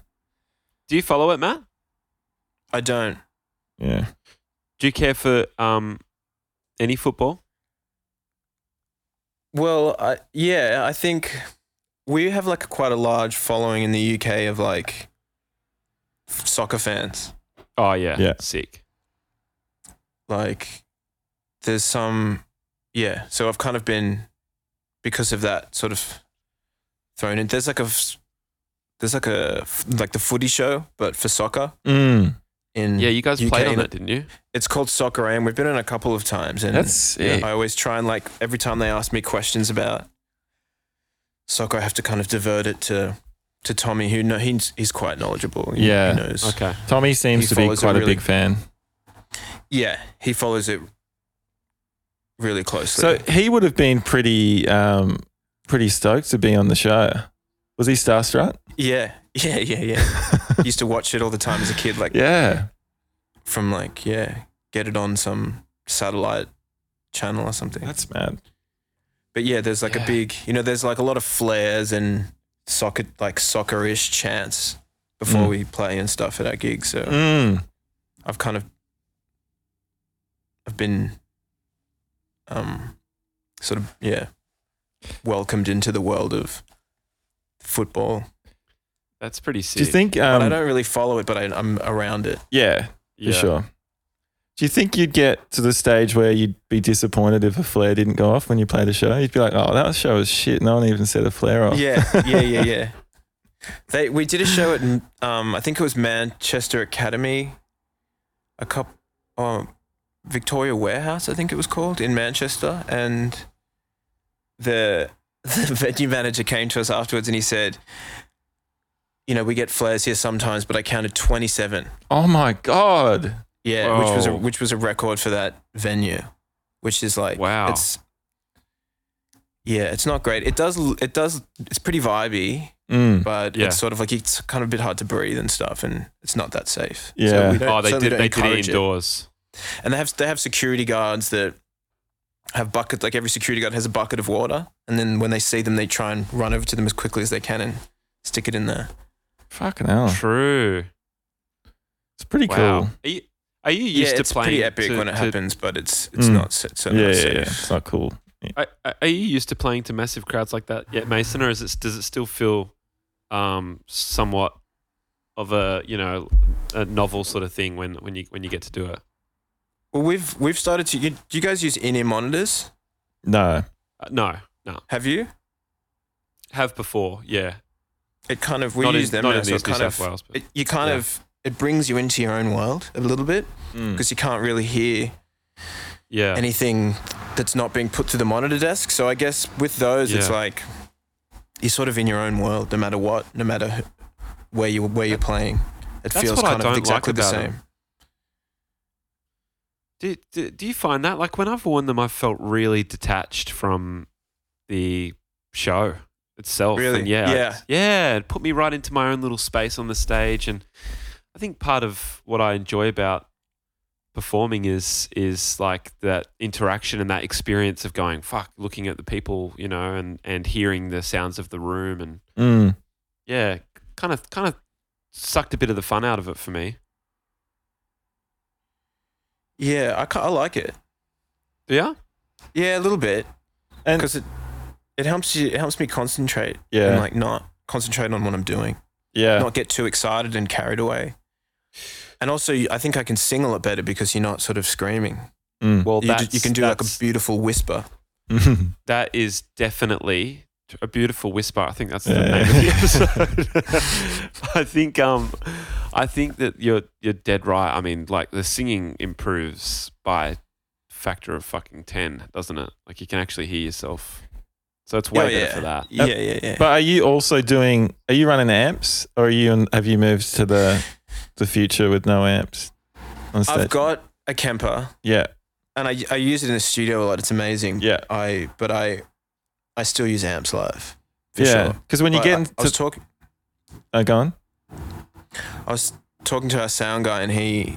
S1: Do you follow it, Matt?
S4: I don't.
S2: Yeah.
S1: Do you care for um, any football?
S4: Well, I, yeah, I think we have like quite a large following in the UK of like f- soccer fans.
S1: Oh yeah.
S2: Yeah.
S1: Sick.
S4: Like, there's some, yeah. So I've kind of been because of that sort of thrown in. There's like a f- there's like a f- like the footy show, but for soccer
S2: Mm,
S4: in
S1: Yeah, you guys
S4: UK
S1: played on
S4: and-
S1: that,
S2: [laughs]
S1: didn't you?
S4: It's called Soccer AM. We've been on a couple of times, and
S2: that's
S4: Yeah,
S2: it.
S4: I always try and like every time they ask me questions about soccer, I have to kind of divert it to to Tommy, who no, he's he's quite knowledgeable. He-
S2: Yeah.
S4: he knows.
S1: Okay.
S2: Tommy seems
S4: He
S2: to be
S4: follows it
S2: quite a
S4: really-
S2: big fan.
S4: Yeah, he follows it really closely.
S2: So he would have been pretty, um, pretty stoked to be on the show. Was he starstruck?
S4: yeah, [laughs] yeah, yeah, yeah.
S2: [laughs]
S4: Used to watch it all the time as a kid, like
S2: yeah.
S4: from like yeah, get it on some satellite channel or something.
S2: That's mad.
S4: But yeah, there's like
S1: Yeah.
S4: a big, you know, there's like a lot of flares and soccer like soccerish chants before
S2: Mm.
S4: we play and stuff at our gigs. So.
S2: Mm.
S4: I've kind of I've been um sort of yeah welcomed into the world of football.
S1: That's pretty sick.
S2: Do you think?
S4: But I
S2: Um,
S4: don't really follow it, but I, I'm around it.
S2: yeah,
S1: Yeah.
S2: for sure. Do you think you'd get to the stage where you'd be disappointed if a flare didn't go off when you played a show? You'd be like, "Oh, that show was shit. No one even set a flare
S1: Oh.
S2: off."
S4: Yeah, yeah, yeah, yeah. They we did a show at um I think it was Manchester Academy, a couple um Victoria Warehouse I think it was called in Manchester, and the [laughs] the venue manager came to us afterwards and he said, you know we get flares here sometimes, but I counted twenty seven.
S2: [laughs] Oh my god.
S4: Yeah, which was a,
S1: Whoa.
S4: which was a record for that venue, which is like
S1: Wow.
S4: It's yeah, it's not great. It does it does it's pretty vibey,
S2: Mm.
S4: but
S1: Yeah.
S4: it's sort of like it's kind of a bit hard to breathe and stuff, and it's not that safe.
S2: Yeah.
S4: so we don't,
S1: Oh, they
S4: certainly
S1: did.
S4: don't
S1: They did it
S4: encourage
S1: indoors.
S4: and they have they have security guards that have buckets. Like every security guard has a bucket of water, and then when they see them, they try and run over to them as quickly as they can and stick it in there.
S2: Fucking hell.
S1: True.
S2: It's pretty
S1: Wow.
S2: cool.
S1: Are you, are you
S4: Yeah,
S1: used to
S4: it's
S1: playing?
S4: pretty epic
S1: to-
S4: when it
S1: to-
S4: happens, but it's it's
S2: Mm.
S4: not s- certainly
S2: Yeah,
S4: not
S2: yeah,
S4: safe.
S2: yeah. It's not cool.
S1: Are, are- are you used to playing to massive crowds like that yet, Mason, or is it does it still feel um, somewhat of a you know a novel sort of thing when, when you when you get to do it?
S4: Well, we've we've started to. You, do you guys use in-ear monitors?
S2: No.
S1: Uh, no, no,
S4: Have you?
S1: have before, yeah.
S4: It kind of we
S1: not
S4: use
S1: in,
S4: them
S1: not
S4: now,
S1: in
S4: so
S1: New
S4: it kind
S1: South
S4: of
S1: Wales, but
S4: it, you kind
S1: Yeah.
S4: of it brings you into your own world a little bit
S2: Mm.
S4: because you can't really hear
S1: yeah,
S4: anything that's not being put through the monitor desk. So I guess with those, it's
S1: Yeah.
S4: like you're sort of in your own world, no matter what, no matter who- where you where you're playing. It
S1: That's
S4: feels
S1: what I
S4: kind
S1: don't
S4: of
S1: like
S4: exactly the
S1: about
S4: same.
S1: Do, do, do you find that like when I've worn them, I've felt really detached from the show itself.
S4: Really?
S1: And yeah, I-
S4: Yeah.
S1: yeah. It put me right into my own little space on the stage, and I think part of what I enjoy about performing is is like that interaction and that experience of going fuck, looking at the people, you know, and and hearing the sounds of the room, and
S2: Mm.
S1: yeah, kind of kind of sucked a bit of the fun out of it for me.
S4: Yeah, I, ca- I like it.
S1: Yeah.
S4: Yeah, a little bit
S2: And
S4: because it it helps you. It helps me concentrate
S2: yeah,
S4: and like not concentrate on what I'm doing.
S2: yeah,
S4: not get too excited and carried away. And also, you- I think I can single it better because you're not sort of screaming.
S2: mm.
S1: Well,
S4: you, ju- you can do like a beautiful whisper.
S1: that is definitely a beautiful whisper. I think that's the
S2: Yeah.
S1: name of the episode. [laughs] I think um, I think that you're you're dead right. I mean, like the singing improves by factor of fucking ten, doesn't it? Like you can actually hear yourself. So it's way
S4: Oh,
S1: better
S4: yeah.
S1: for that.
S4: Yeah, yeah, yeah.
S2: [laughs] but are you also doing? Are you running amps, or are you? Have you moved to the the future with no amps? on stage?
S4: I've got a Kemper,
S2: yeah,
S4: and I, I use it in the studio a lot. It's amazing.
S2: Yeah.
S4: I but I I still use amps live. For
S2: yeah.
S4: Sure.
S2: Because when you
S4: But
S2: get
S4: I,
S2: into,
S4: I was talking.
S2: oh, go on.
S4: I was talking to our sound guy, and he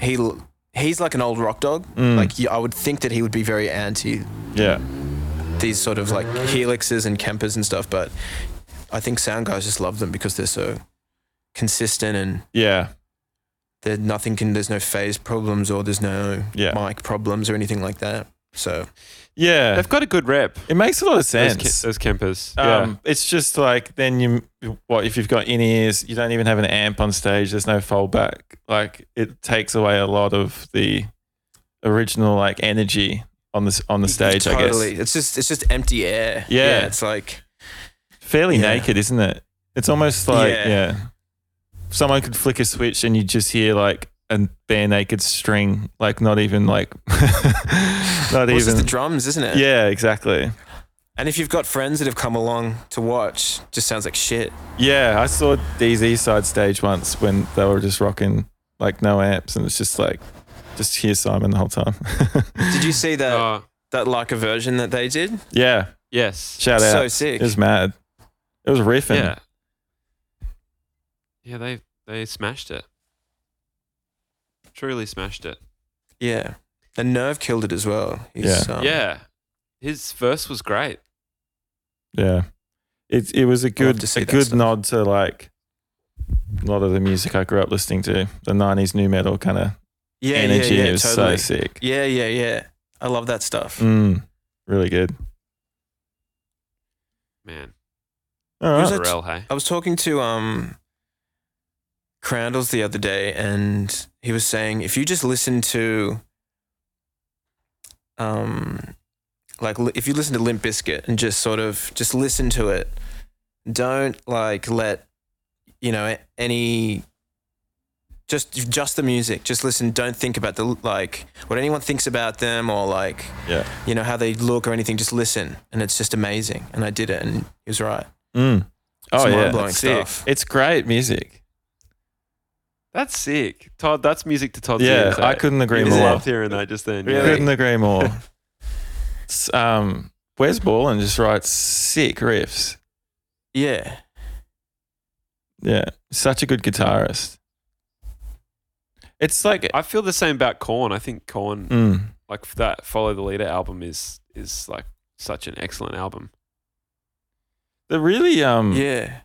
S4: he l- he's like an old rock dog.
S2: Mm.
S4: Like you- I would think that he would be very anti
S2: Yeah,
S4: these sort of like helixes and Kempers and stuff, but I think sound guys just love them because they're so consistent and
S2: yeah,
S4: there's nothing can there's no phase problems or there's no
S2: Yeah.
S4: mic problems or anything like that. So
S2: yeah.
S1: They've got a good rep.
S2: It makes a lot of
S1: Those,
S2: sense.
S1: Ke- those Kempers. yeah.
S2: Um, It's just like then you what if you've got in ears, you don't even have an amp on stage. There's no fallback. Like it takes away a lot of the original like energy on this on the stage. I
S4: totally,
S2: guess
S4: it's just it's just empty air.
S2: Yeah.
S4: it's like
S2: fairly
S4: Yeah.
S2: naked, isn't it? It's almost like yeah.
S4: Yeah.
S2: someone could flick a switch and you just hear like a bare naked string, like not even like [laughs] not
S4: well, it's just the
S2: even.
S4: drums, isn't it?
S2: Yeah, exactly.
S4: And if you've got friends that have come along to watch, just sounds like shit.
S2: Yeah, I saw DZ side stage once when they were just rocking like no amps, and it's just like just hear Simon the whole time. [laughs]
S4: Did you
S1: [laughs]
S4: see that
S1: Uh,
S4: that like a version that they did?
S2: yeah,
S1: yes.
S2: shout out.
S4: So sick.
S2: It was mad. It was riffing.
S1: Yeah. Yeah, they they smashed it. Truly smashed it.
S4: Yeah. The nerve killed it as well.
S2: Yeah.
S4: um,
S1: yeah. His verse was great.
S2: Yeah. It it was a good
S4: to see
S2: a
S4: that
S2: good
S4: stuff.
S2: nod to like a lot of the music I grew up listening to, the '90s new metal kind of
S4: Yeah,
S2: energy.
S4: yeah,
S2: it
S4: yeah,
S2: was
S4: totally.
S2: so sick.
S4: Yeah, yeah, yeah. I love that stuff.
S2: Mm, really good.
S1: Man.
S2: All
S4: Who's
S2: right.
S4: that-
S1: Pharrell, hey.
S4: I was talking to um Crandalls the other day and he was saying if you just listen to um like li- if you listen to Limp Bizkit and just sort of just listen to it don't like let you know a- any just just the music just listen don't think about the like what anyone thinks about them or like
S2: Yeah.
S4: you know how they look or anything just listen and it's just amazing and I did it and he was right
S2: Mm. Oh yeah,
S4: mind-blowing
S2: it's sick.
S4: stuff.
S2: It's great music.
S1: That's sick. Todd, that's music to Todd's
S2: Yeah,
S1: ears, eh?
S2: I
S1: hey.
S2: couldn't agree
S1: You
S2: more.
S1: loved hearing that just then.
S4: Really?
S1: Yeah.
S2: Couldn't agree more. S- um, Wes Borland just writes sick riffs.
S4: yeah
S2: Yeah, such a good guitarist. It's like,
S1: I feel the same about Korn. I think Korn,
S2: mm,
S1: like that Follow the Leader album is is like such an excellent album.
S2: they're really, um,
S4: yeah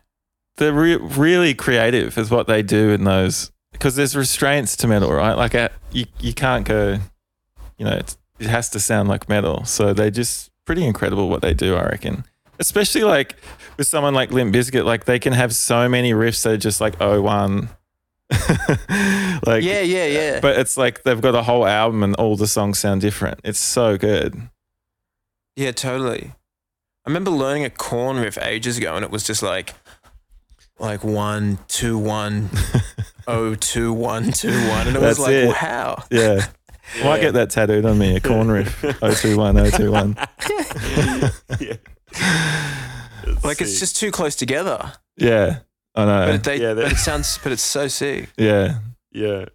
S2: they're re- really creative, is what they do in those. Because there's restraints to metal, right? Like, uh you you can't go, you know, it's, it has to sound like metal. So they just pretty incredible what they do, I reckon. Especially like with someone like Limp Bizkit, like they can have so many riffs that are just like oh one, [laughs] like
S4: yeah, yeah, yeah.
S2: But it's like they've got a whole album and all the songs sound different. It's so good.
S4: yeah, totally. I remember learning a corn riff ages ago, and it was just like, like one, two, one, oh, two, one, two, one, and it
S2: That's
S4: was like,
S2: it.
S4: wow. [laughs]
S2: Yeah. Might get that tattooed on me, a corn riff.
S1: [laughs]
S2: 021,
S4: [laughs]
S2: 021.
S4: Like it's just too close together.
S2: Yeah. I know.
S4: But they,
S1: yeah, that-
S4: but it sounds, but it's so sick.
S2: Yeah.
S1: Yeah.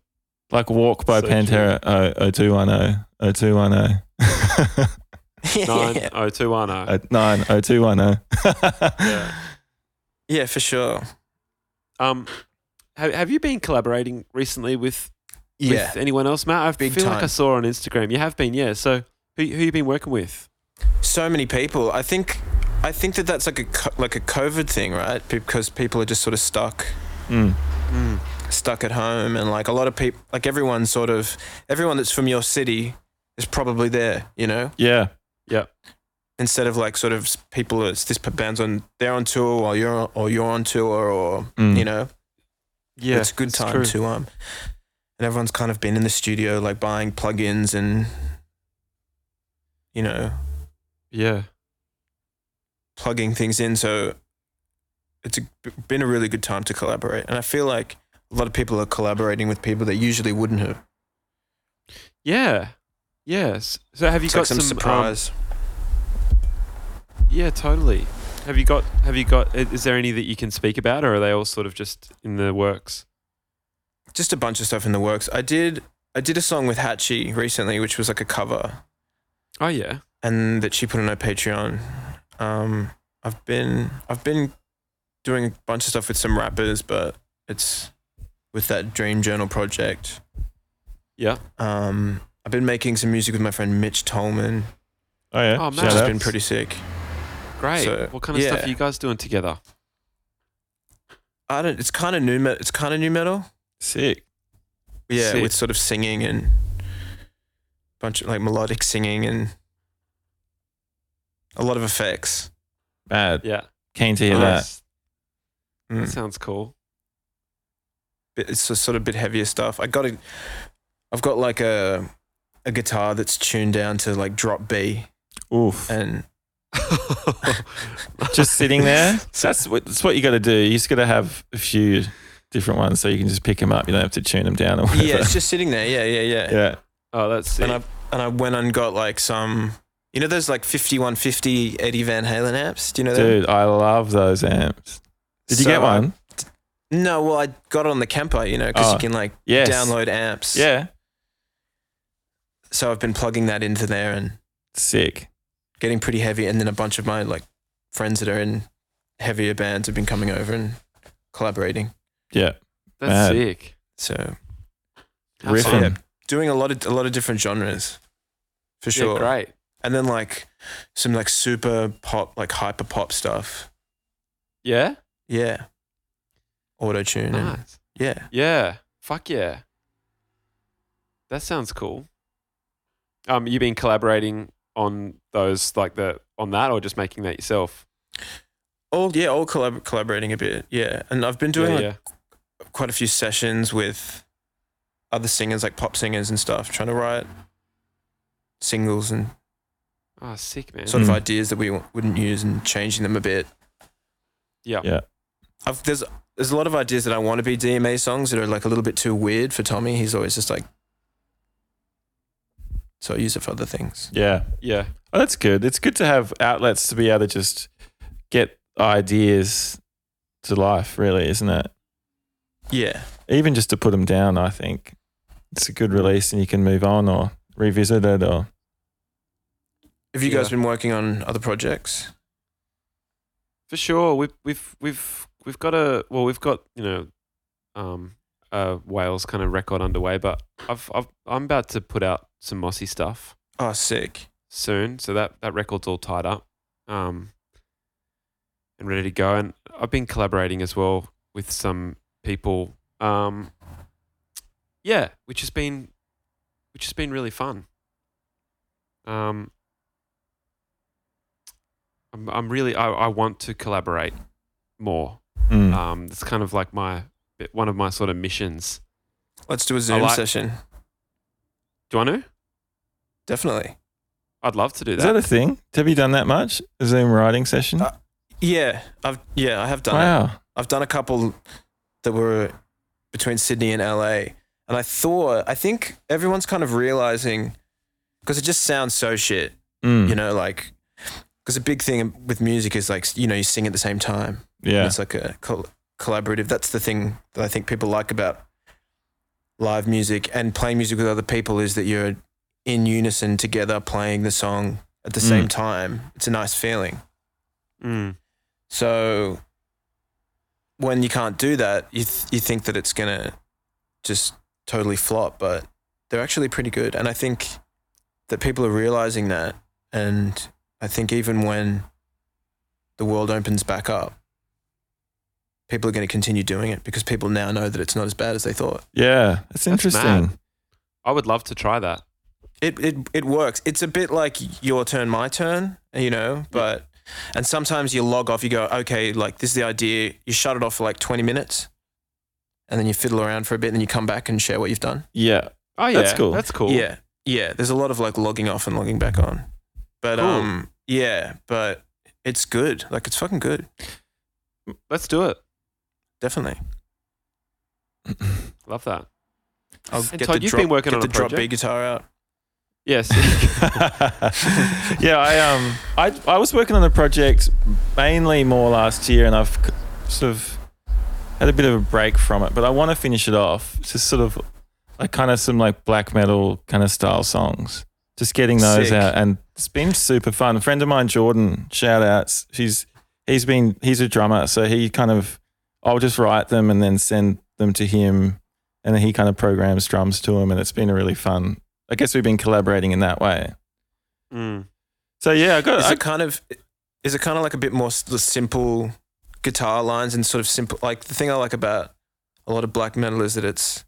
S2: Like Walk by
S1: So
S2: Pantera, oh, 0210, 0210, oh.
S4: [laughs]
S1: Nine
S2: [laughs]
S4: yeah,
S1: oh two one oh.
S2: uh, 9, 0210.
S1: Yeah.
S4: yeah, for sure.
S1: Um, have, have you been collaborating recently with
S4: Yeah.
S1: with anyone else, Matt? I
S4: Big
S1: feel like I
S4: time.
S1: saw on Instagram. You have been, yeah. So who who you been working with?
S4: so many people. I think, I think that that's like a co- like a COVID thing, right? Because people are just sort of stuck.
S2: [laughs] Mm.
S4: stuck at home and like a lot of people like everyone sort of everyone that's from your city is probably there you know
S2: Yeah.
S4: instead of like sort of s- people it's this band's on they're on tour while you're on, or you're on tour or
S2: Mm.
S4: you know
S1: Yeah,
S4: it's a good time to um and everyone's kind of been in the studio like buying plugins and you know
S1: Yeah,
S4: plugging things in so it's a, been a really good time to collaborate and i feel like a lot of people are collaborating with people that usually wouldn't have
S1: yeah, yes. So have you
S4: it's
S1: got
S4: like some,
S1: um,
S4: surprise
S1: yeah, totally. Have you got have you got? i- Is there any that you can speak about, or are they all sort of just in the works?
S4: just a bunch of stuff in the works. I did I did a song with Hatchie recently, which was like a cover,
S1: Oh yeah.
S4: and that she put on her Patreon. Um, I've been I've been doing a bunch of stuff with some rappers, but it's with that Dream Journal project.
S1: Yeah.
S4: Um, I've been making some music with my friend Mitch Tolman,
S2: Oh yeah.
S1: Oh, man.
S2: Shout
S4: which has
S2: outs.
S4: been pretty sick.
S1: Great.
S4: So,
S1: what kind of stuff
S4: yeah.
S1: are you guys doing together?
S4: I don't. It's kind of new. Me- it's kind of new metal.
S2: sick.
S4: Yeah,
S1: Sick.
S4: with sort of singing and bunch of like melodic singing and a lot of effects.
S2: Bad.
S1: Yeah.
S2: Keen to hear that.
S1: Nice. That
S4: Mm.
S1: sounds cool.
S4: Bit- It's a sort of bit heavier stuff. I got a, I've got like a, a guitar that's tuned down to like drop B,
S2: Oof. [laughs]
S4: and
S2: just sitting [laughs] there. That's what, that's what you got to do. You just got to have a few different ones so you can just pick them up. You don't have to tune them down or whatever.
S4: yeah, it's just sitting there. Yeah, yeah,
S2: [laughs]
S4: yeah.
S2: yeah.
S1: oh, that's sick.
S4: and I and I went and got like some, you know, those like fifty one fifty Eddie Van Halen amps. Do you know that?
S2: Dude, I love those amps. Did you get one?
S4: No, well, I got it on the Kemper, you know, because
S2: Oh,
S4: you can like
S2: Yes.
S4: download amps.
S2: Yeah.
S4: So I've been plugging that into there and
S2: Sick.
S4: getting pretty heavy. And then a bunch of my like friends that are in heavier bands have been coming over and collaborating.
S2: Yeah.
S1: that's
S2: Mad.
S1: sick.
S4: So
S1: How
S2: Riffing.
S1: sick.
S4: yeah, doing a lot of a lot of different genres for
S1: Yeah,
S4: sure.
S1: great.
S4: And then like some like super pop, like hyper pop stuff.
S1: Yeah.
S4: Yeah. Auto tune. and
S1: Nice.
S4: Yeah.
S1: Yeah. Fuck yeah. That sounds cool. Um, you been collaborating on those like the on that or just making that yourself?
S4: All yeah, all collab- collaborating a bit. Yeah. And I've been doing
S1: yeah,
S4: like
S1: yeah.
S4: quite a few sessions with other singers, like pop singers and stuff, trying to write singles and
S1: Oh, sick man.
S4: sort of
S2: Mm.
S4: ideas that we w- wouldn't use and changing them a bit.
S1: yeah.
S2: Yeah.
S4: I've, there's there's a lot of ideas that I want to be DMA songs that are like a little bit too weird for Tommy. He's always just like, so I use it for other things.
S2: Yeah.
S1: Yeah.
S2: Oh, that's good. It's good to have outlets to be able to just get ideas to life, really, isn't it?
S4: Yeah,
S2: Even just to put them down, I think it's a good release and you can move on or revisit it or.
S4: have you guys
S1: Yeah.
S4: been working on other projects?
S1: For sure, we've we've we've we've got a well, we've got you know, um, a Wales kind of record underway, but I've I've I'm about to put out some mossy stuff
S4: Oh, sick.
S1: soon, so that that record's all tied up, um, and ready to go. And I've been collaborating as well with some people, um, yeah, which has been which has been really fun. Um, I'm I'm really I, I want to collaborate more.
S2: Mm.
S1: Um, it's kind of like my bit- one of my sort of missions.
S4: Let's do a Zoom
S1: like-
S4: session.
S1: Do I know?
S4: Definitely.
S1: I'd love to do
S2: Is that
S1: that.
S2: a thing? Have you done that much? A Zoom writing session?
S4: Uh, Yeah, I've yeah I have done it.
S2: wow.
S4: I've done a couple that were between Sydney and LA. And I thought, I think everyone's kind of realizing because it just sounds so shit,
S2: Mm.
S4: you know, like, because a big thing with music is like, you know, you sing at the same time. And
S2: yeah.
S4: It's like a col- collaborative. That's the thing that I think people like about live music and playing music with other people is that you're in unison together playing the song at the
S2: Mm.
S4: same time. It's a nice feeling.
S1: Mm.
S4: So when you can't do that, you th- you think that it's gonna just totally flop, but they're actually pretty good, and I think that people are realizing that, and I think even when the world opens back up, people are going to continue doing it because people now know that it's not as bad as they thought.
S2: Yeah. That's interesting.
S1: mad. I would love to try that.
S4: It it it works. It's a bit like your turn, my turn, you know, but. And sometimes you log off, you go, okay, like this is the idea. You shut it off for like 20 minutes and then you fiddle around for a bit and then you come back and share what you've done.
S2: Yeah. [laughs]
S1: Oh yeah,
S2: That's cool.
S1: That's cool.
S4: Yeah. Yeah. There's a lot of like logging off and logging back on. But
S1: Cool.
S4: um yeah, but it's good. Like it's fucking good.
S1: Let's do it.
S4: Definitely.
S1: Love that.
S4: I'll
S1: And Todd, you've been working
S4: get
S1: on
S4: the
S1: a
S4: drop B
S1: project?
S4: guitar out.
S2: [laughs]
S1: Yes.
S2: yeah, I um, I I was working on a project mainly more last year, and I've c- sort of had a bit of a break from it, but I want to finish it off. Just sort of like kind of some like black metal kind of style songs. Just getting those
S4: Sick.
S2: out, and it's been super fun. A friend of mine, Jordan, shout outs. She's he's been he's a drummer, so he kind of I'll just write them and then send them to him, and then he kind of programs drums to him, and it's been a really fun. I guess we've been collaborating in that way.
S1: Mm,
S2: So yeah, I got.
S4: Is
S2: I,
S4: it kind of is it kind of like a bit more s- the simple guitar lines and sort of simple like the thing I like about a lot of black metal is that it's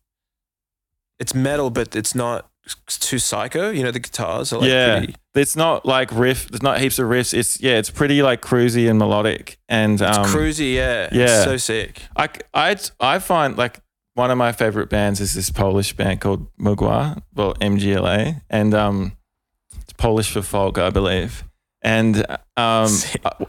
S4: it's metal but it's not too psycho. You know the guitars are like
S2: yeah,
S4: pretty,
S2: it's not like riff. There's not heaps of riffs. It's yeah, it's pretty like cruisy and melodic. And
S4: it's
S2: um,
S4: cruisy. Yeah, It's
S2: yeah.
S4: so sick.
S2: I, I I find like one of my favorite bands is this Polish band called Mugwa, well MGLA, and um, it's Polish for folk, I believe. And
S4: [laughs]
S2: um,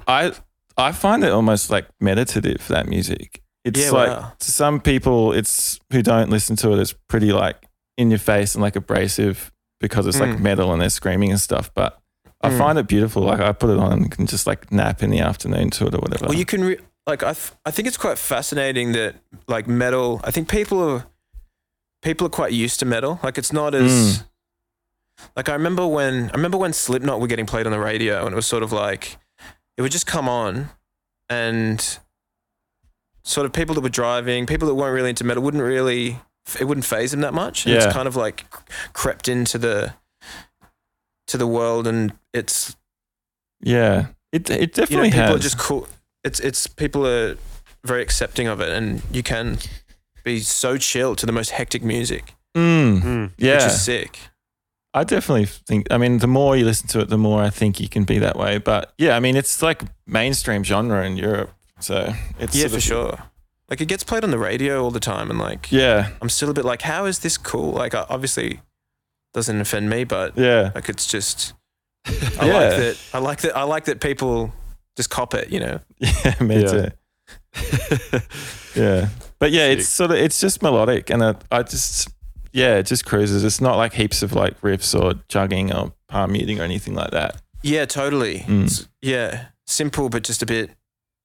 S2: I I find it almost like meditative that music. It's
S4: Yeah,
S2: like
S4: wow.
S2: to some people, it's who don't listen to it, it's pretty like in your face and like abrasive because it's like
S4: Mm.
S2: metal and they're screaming and stuff. But I
S4: Mm.
S2: find it beautiful. Like I put it on and can just like nap in the afternoon to it or whatever.
S4: Well, you can re- like I th- I think it's quite fascinating that like metal. I think people are people are quite used to metal. Like it's not as like I remember when I remember when Slipknot were getting played on the radio, and it was sort of like it would just come on, and sort of people that were driving, people that weren't really into metal, wouldn't really it wouldn't phase them that much. And
S2: Yeah.
S4: It's kind of like crept into the to the world, and it's
S2: yeah, it it
S4: you know,
S2: definitely
S4: people
S2: has.
S4: are just cool. It's it's people are very accepting of it, and you can be so chill to the most hectic music,
S2: Mm, yeah,
S4: which is sick.
S2: I definitely think. I mean, the more you listen to it, the more I think you can be that way. But yeah, I mean, it's like mainstream genre in Europe, so it's
S4: Yeah,
S2: sort
S4: for
S2: of-
S4: sure. Like it gets played on the radio all the time, and like
S2: Yeah,
S4: I'm still a bit like, how is this cool? Like I- obviously doesn't offend me, but
S2: yeah, [laughs]
S4: like it's just I
S2: Yeah.
S4: like that. I like that. I like that people just cop it. You know,
S2: yeah, me
S1: Yeah.
S2: too. Yeah, but yeah, it's sort of it's just melodic, and I, I just yeah, it just cruises. It's not like heaps of like riffs or chugging or palm muting or anything like that.
S4: yeah, totally.
S2: Mm.
S4: It's- yeah, simple but just a bit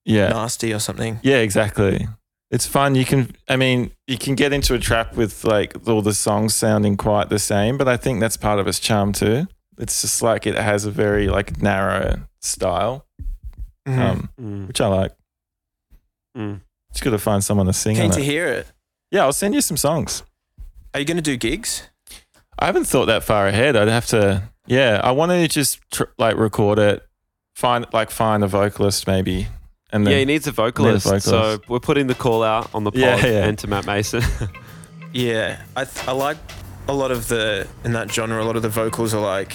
S2: Yeah,
S4: nasty or something.
S2: Yeah, exactly. It's fun. You can, I mean, you can get into a trap with like all the songs sounding quite the same, but I think that's part of its charm too. It's just like it has a very like narrow style,
S4: Mhm.
S2: um, which I like.
S1: Mm.
S2: Just got to find someone to sing
S4: Keen
S2: on
S4: to
S2: it.
S4: hear it.
S2: Yeah, I'll send you some songs.
S4: Are you going to do gigs?
S2: I haven't thought that far ahead. I'd have to. Yeah, I want to just tr- like record it, find like find a vocalist maybe, and then
S1: Yeah, he needs a vocalist, So
S2: vocalist.
S1: we're putting the call out on the pod
S2: Yeah, yeah.
S1: and to Matt Mason. [laughs]
S4: Yeah, I, th- I like a lot of the in that genre. A lot of the vocals are like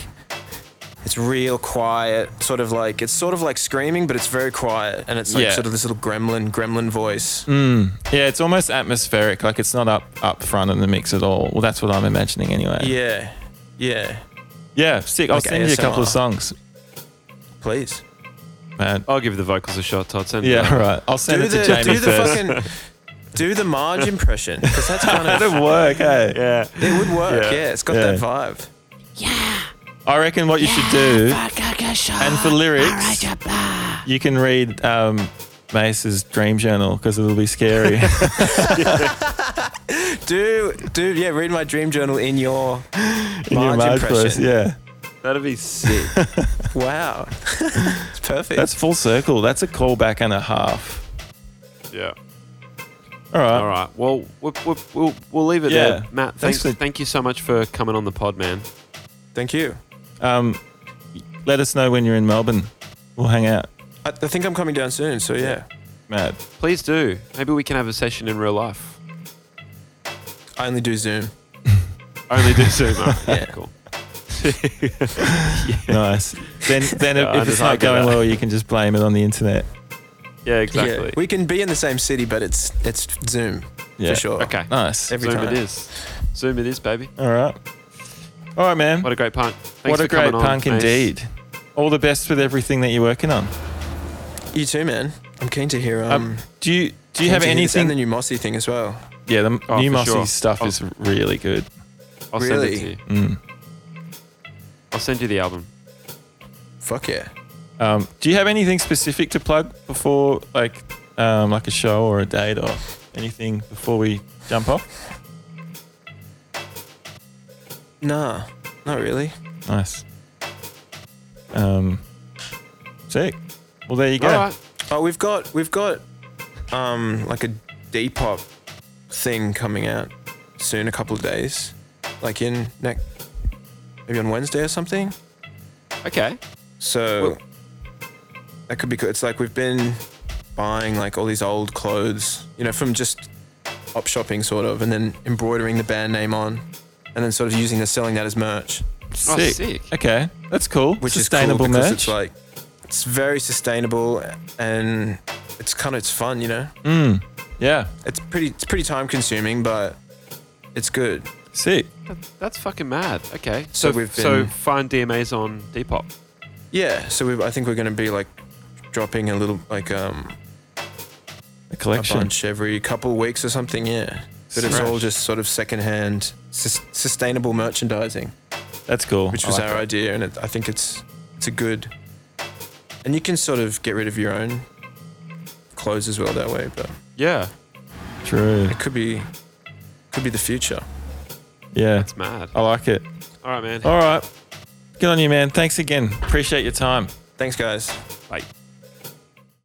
S4: it's real quiet, sort of like it's sort of like screaming, but it's very quiet, and it's like
S2: Yeah.
S4: sort of this little gremlin gremlin voice.
S2: Mm. Yeah, it's almost atmospheric. Like it's not up up front in the mix at all. Well, that's what I'm imagining anyway.
S4: Yeah, yeah.
S2: yeah sick. I'll
S4: Like
S2: send you a couple of
S4: ASMR.
S2: songs,
S4: Please
S2: man.
S1: I'll give the vocals a shot, Todd. Send it
S2: Yeah,
S1: out.
S2: all right. I'll send
S4: do
S2: it to
S4: the
S2: Jamie
S4: do the
S2: first.
S4: fucking do the Marge impression because that's
S2: [laughs]
S4: kind of
S2: That'd work, hey.
S1: Yeah.
S4: it would work.
S2: [laughs] Yeah.
S4: Yeah, it's got
S2: Yeah.
S4: that vibe.
S5: Yeah.
S2: I reckon what you should do, and
S5: And
S2: for lyrics,
S5: lyrics.
S2: you can read um, Mace's dream journal because it'll be scary.
S4: Do do yeah. Read my dream journal in your
S2: in your
S4: Marge
S2: Marge voice.
S4: impression.
S2: Yeah,
S1: That'd be sick.
S2: [laughs]
S4: wow. [laughs] it's perfect.
S2: that's full circle. That's a callback and a half.
S1: yeah.
S2: All right.
S1: All right. Well, we'll, we'll, we'll, we'll leave it
S2: Yeah.
S1: there. Matt,
S2: Thanks
S1: thanks,
S2: for-
S1: thank you so much for coming on the pod, man.
S4: Thank you.
S2: Um, let us know when you're in Melbourne. We'll hang out,
S4: I, I think I'm coming down soon, so yeah.
S2: Matt.
S1: Please do. Maybe we can have a session in real life.
S4: I only do Zoom.
S1: Only do Zoom. all
S2: [laughs]
S1: right.
S4: Yeah.
S1: Cool.
S2: Nice. Then, then
S1: Yeah, I
S2: if, if it's
S1: just
S2: not
S1: like
S2: going
S1: that.
S2: well, you can just blame it on the internet.
S1: Yeah, exactly.
S4: Yeah, we can be in the same city, but it's it's Zoom
S2: Yeah.
S4: for sure.
S1: okay.
S2: Nice.
S4: Every
S1: Zoom
S4: time.
S1: it is. Zoom it is, baby.
S2: All right. All right, man.
S1: What
S2: What
S1: a great punk.
S2: a,
S1: Thanks for
S2: great
S1: coming on,
S2: punk
S1: Mace.
S2: indeed. All the best with everything that you're working on.
S4: You too, man. I'm keen to hear. Um,
S2: Um, do you do you
S4: keen
S2: have
S4: to hear this
S2: anything?
S4: And the new Mossy thing as well.
S2: yeah, the
S1: Oh,
S2: new
S1: for
S2: Mossy
S1: sure.
S2: stuff
S1: Oh.
S2: is really good.
S1: I'll
S4: Really?
S1: send it to you.
S2: Mm.
S1: I'll send you the album.
S4: Fuck yeah.
S2: Um, do you have anything specific to plug before, like, um, like a show or a date or Anything before we jump off?
S4: Nah, not really.
S2: Nice. Um, sick. Well, there you go.
S4: All right. Oh, we've got we've got um like a Depop thing coming out soon, a couple of days, like in next maybe on Wednesday or something.
S1: Okay.
S4: So that could be good. It's like we've been buying like all these old clothes, you know, from just op shopping sort of, and then embroidering the band name on, and then sort of using and selling that as merch,
S1: Oh,
S2: Sick.
S1: sick.
S2: Okay, that's cool.
S4: which
S2: Sustainable
S4: is cool because
S2: merch.
S4: it's like it's very sustainable and it's kind of it's fun, you know.
S2: mm, yeah,
S4: It's pretty it's pretty time consuming, but it's good.
S2: sick.
S1: That, that's fucking mad. Okay. So
S4: So
S1: so,
S4: we've been-
S1: find DMAs on Depop.
S4: Yeah, so we I think we're gonna be like dropping a little like um
S2: A
S4: a
S2: collection.
S4: bunch every couple weeks or something. Yeah, but it's
S1: Fresh.
S4: all just sort of secondhand sus- sustainable merchandising,
S2: That's cool.
S4: which
S2: I
S4: was
S2: like
S4: our
S2: that.
S4: idea, and it, I think it's it's a good. And you can sort of get rid of your own clothes as well that way, but
S1: Yeah.
S2: True.
S4: it could be could be the future.
S2: Yeah,
S1: That's mad.
S2: I like it.
S1: All right, man.
S2: All right. Good on you, man. Thanks again. Appreciate your time.
S4: Thanks, guys.
S1: Bye.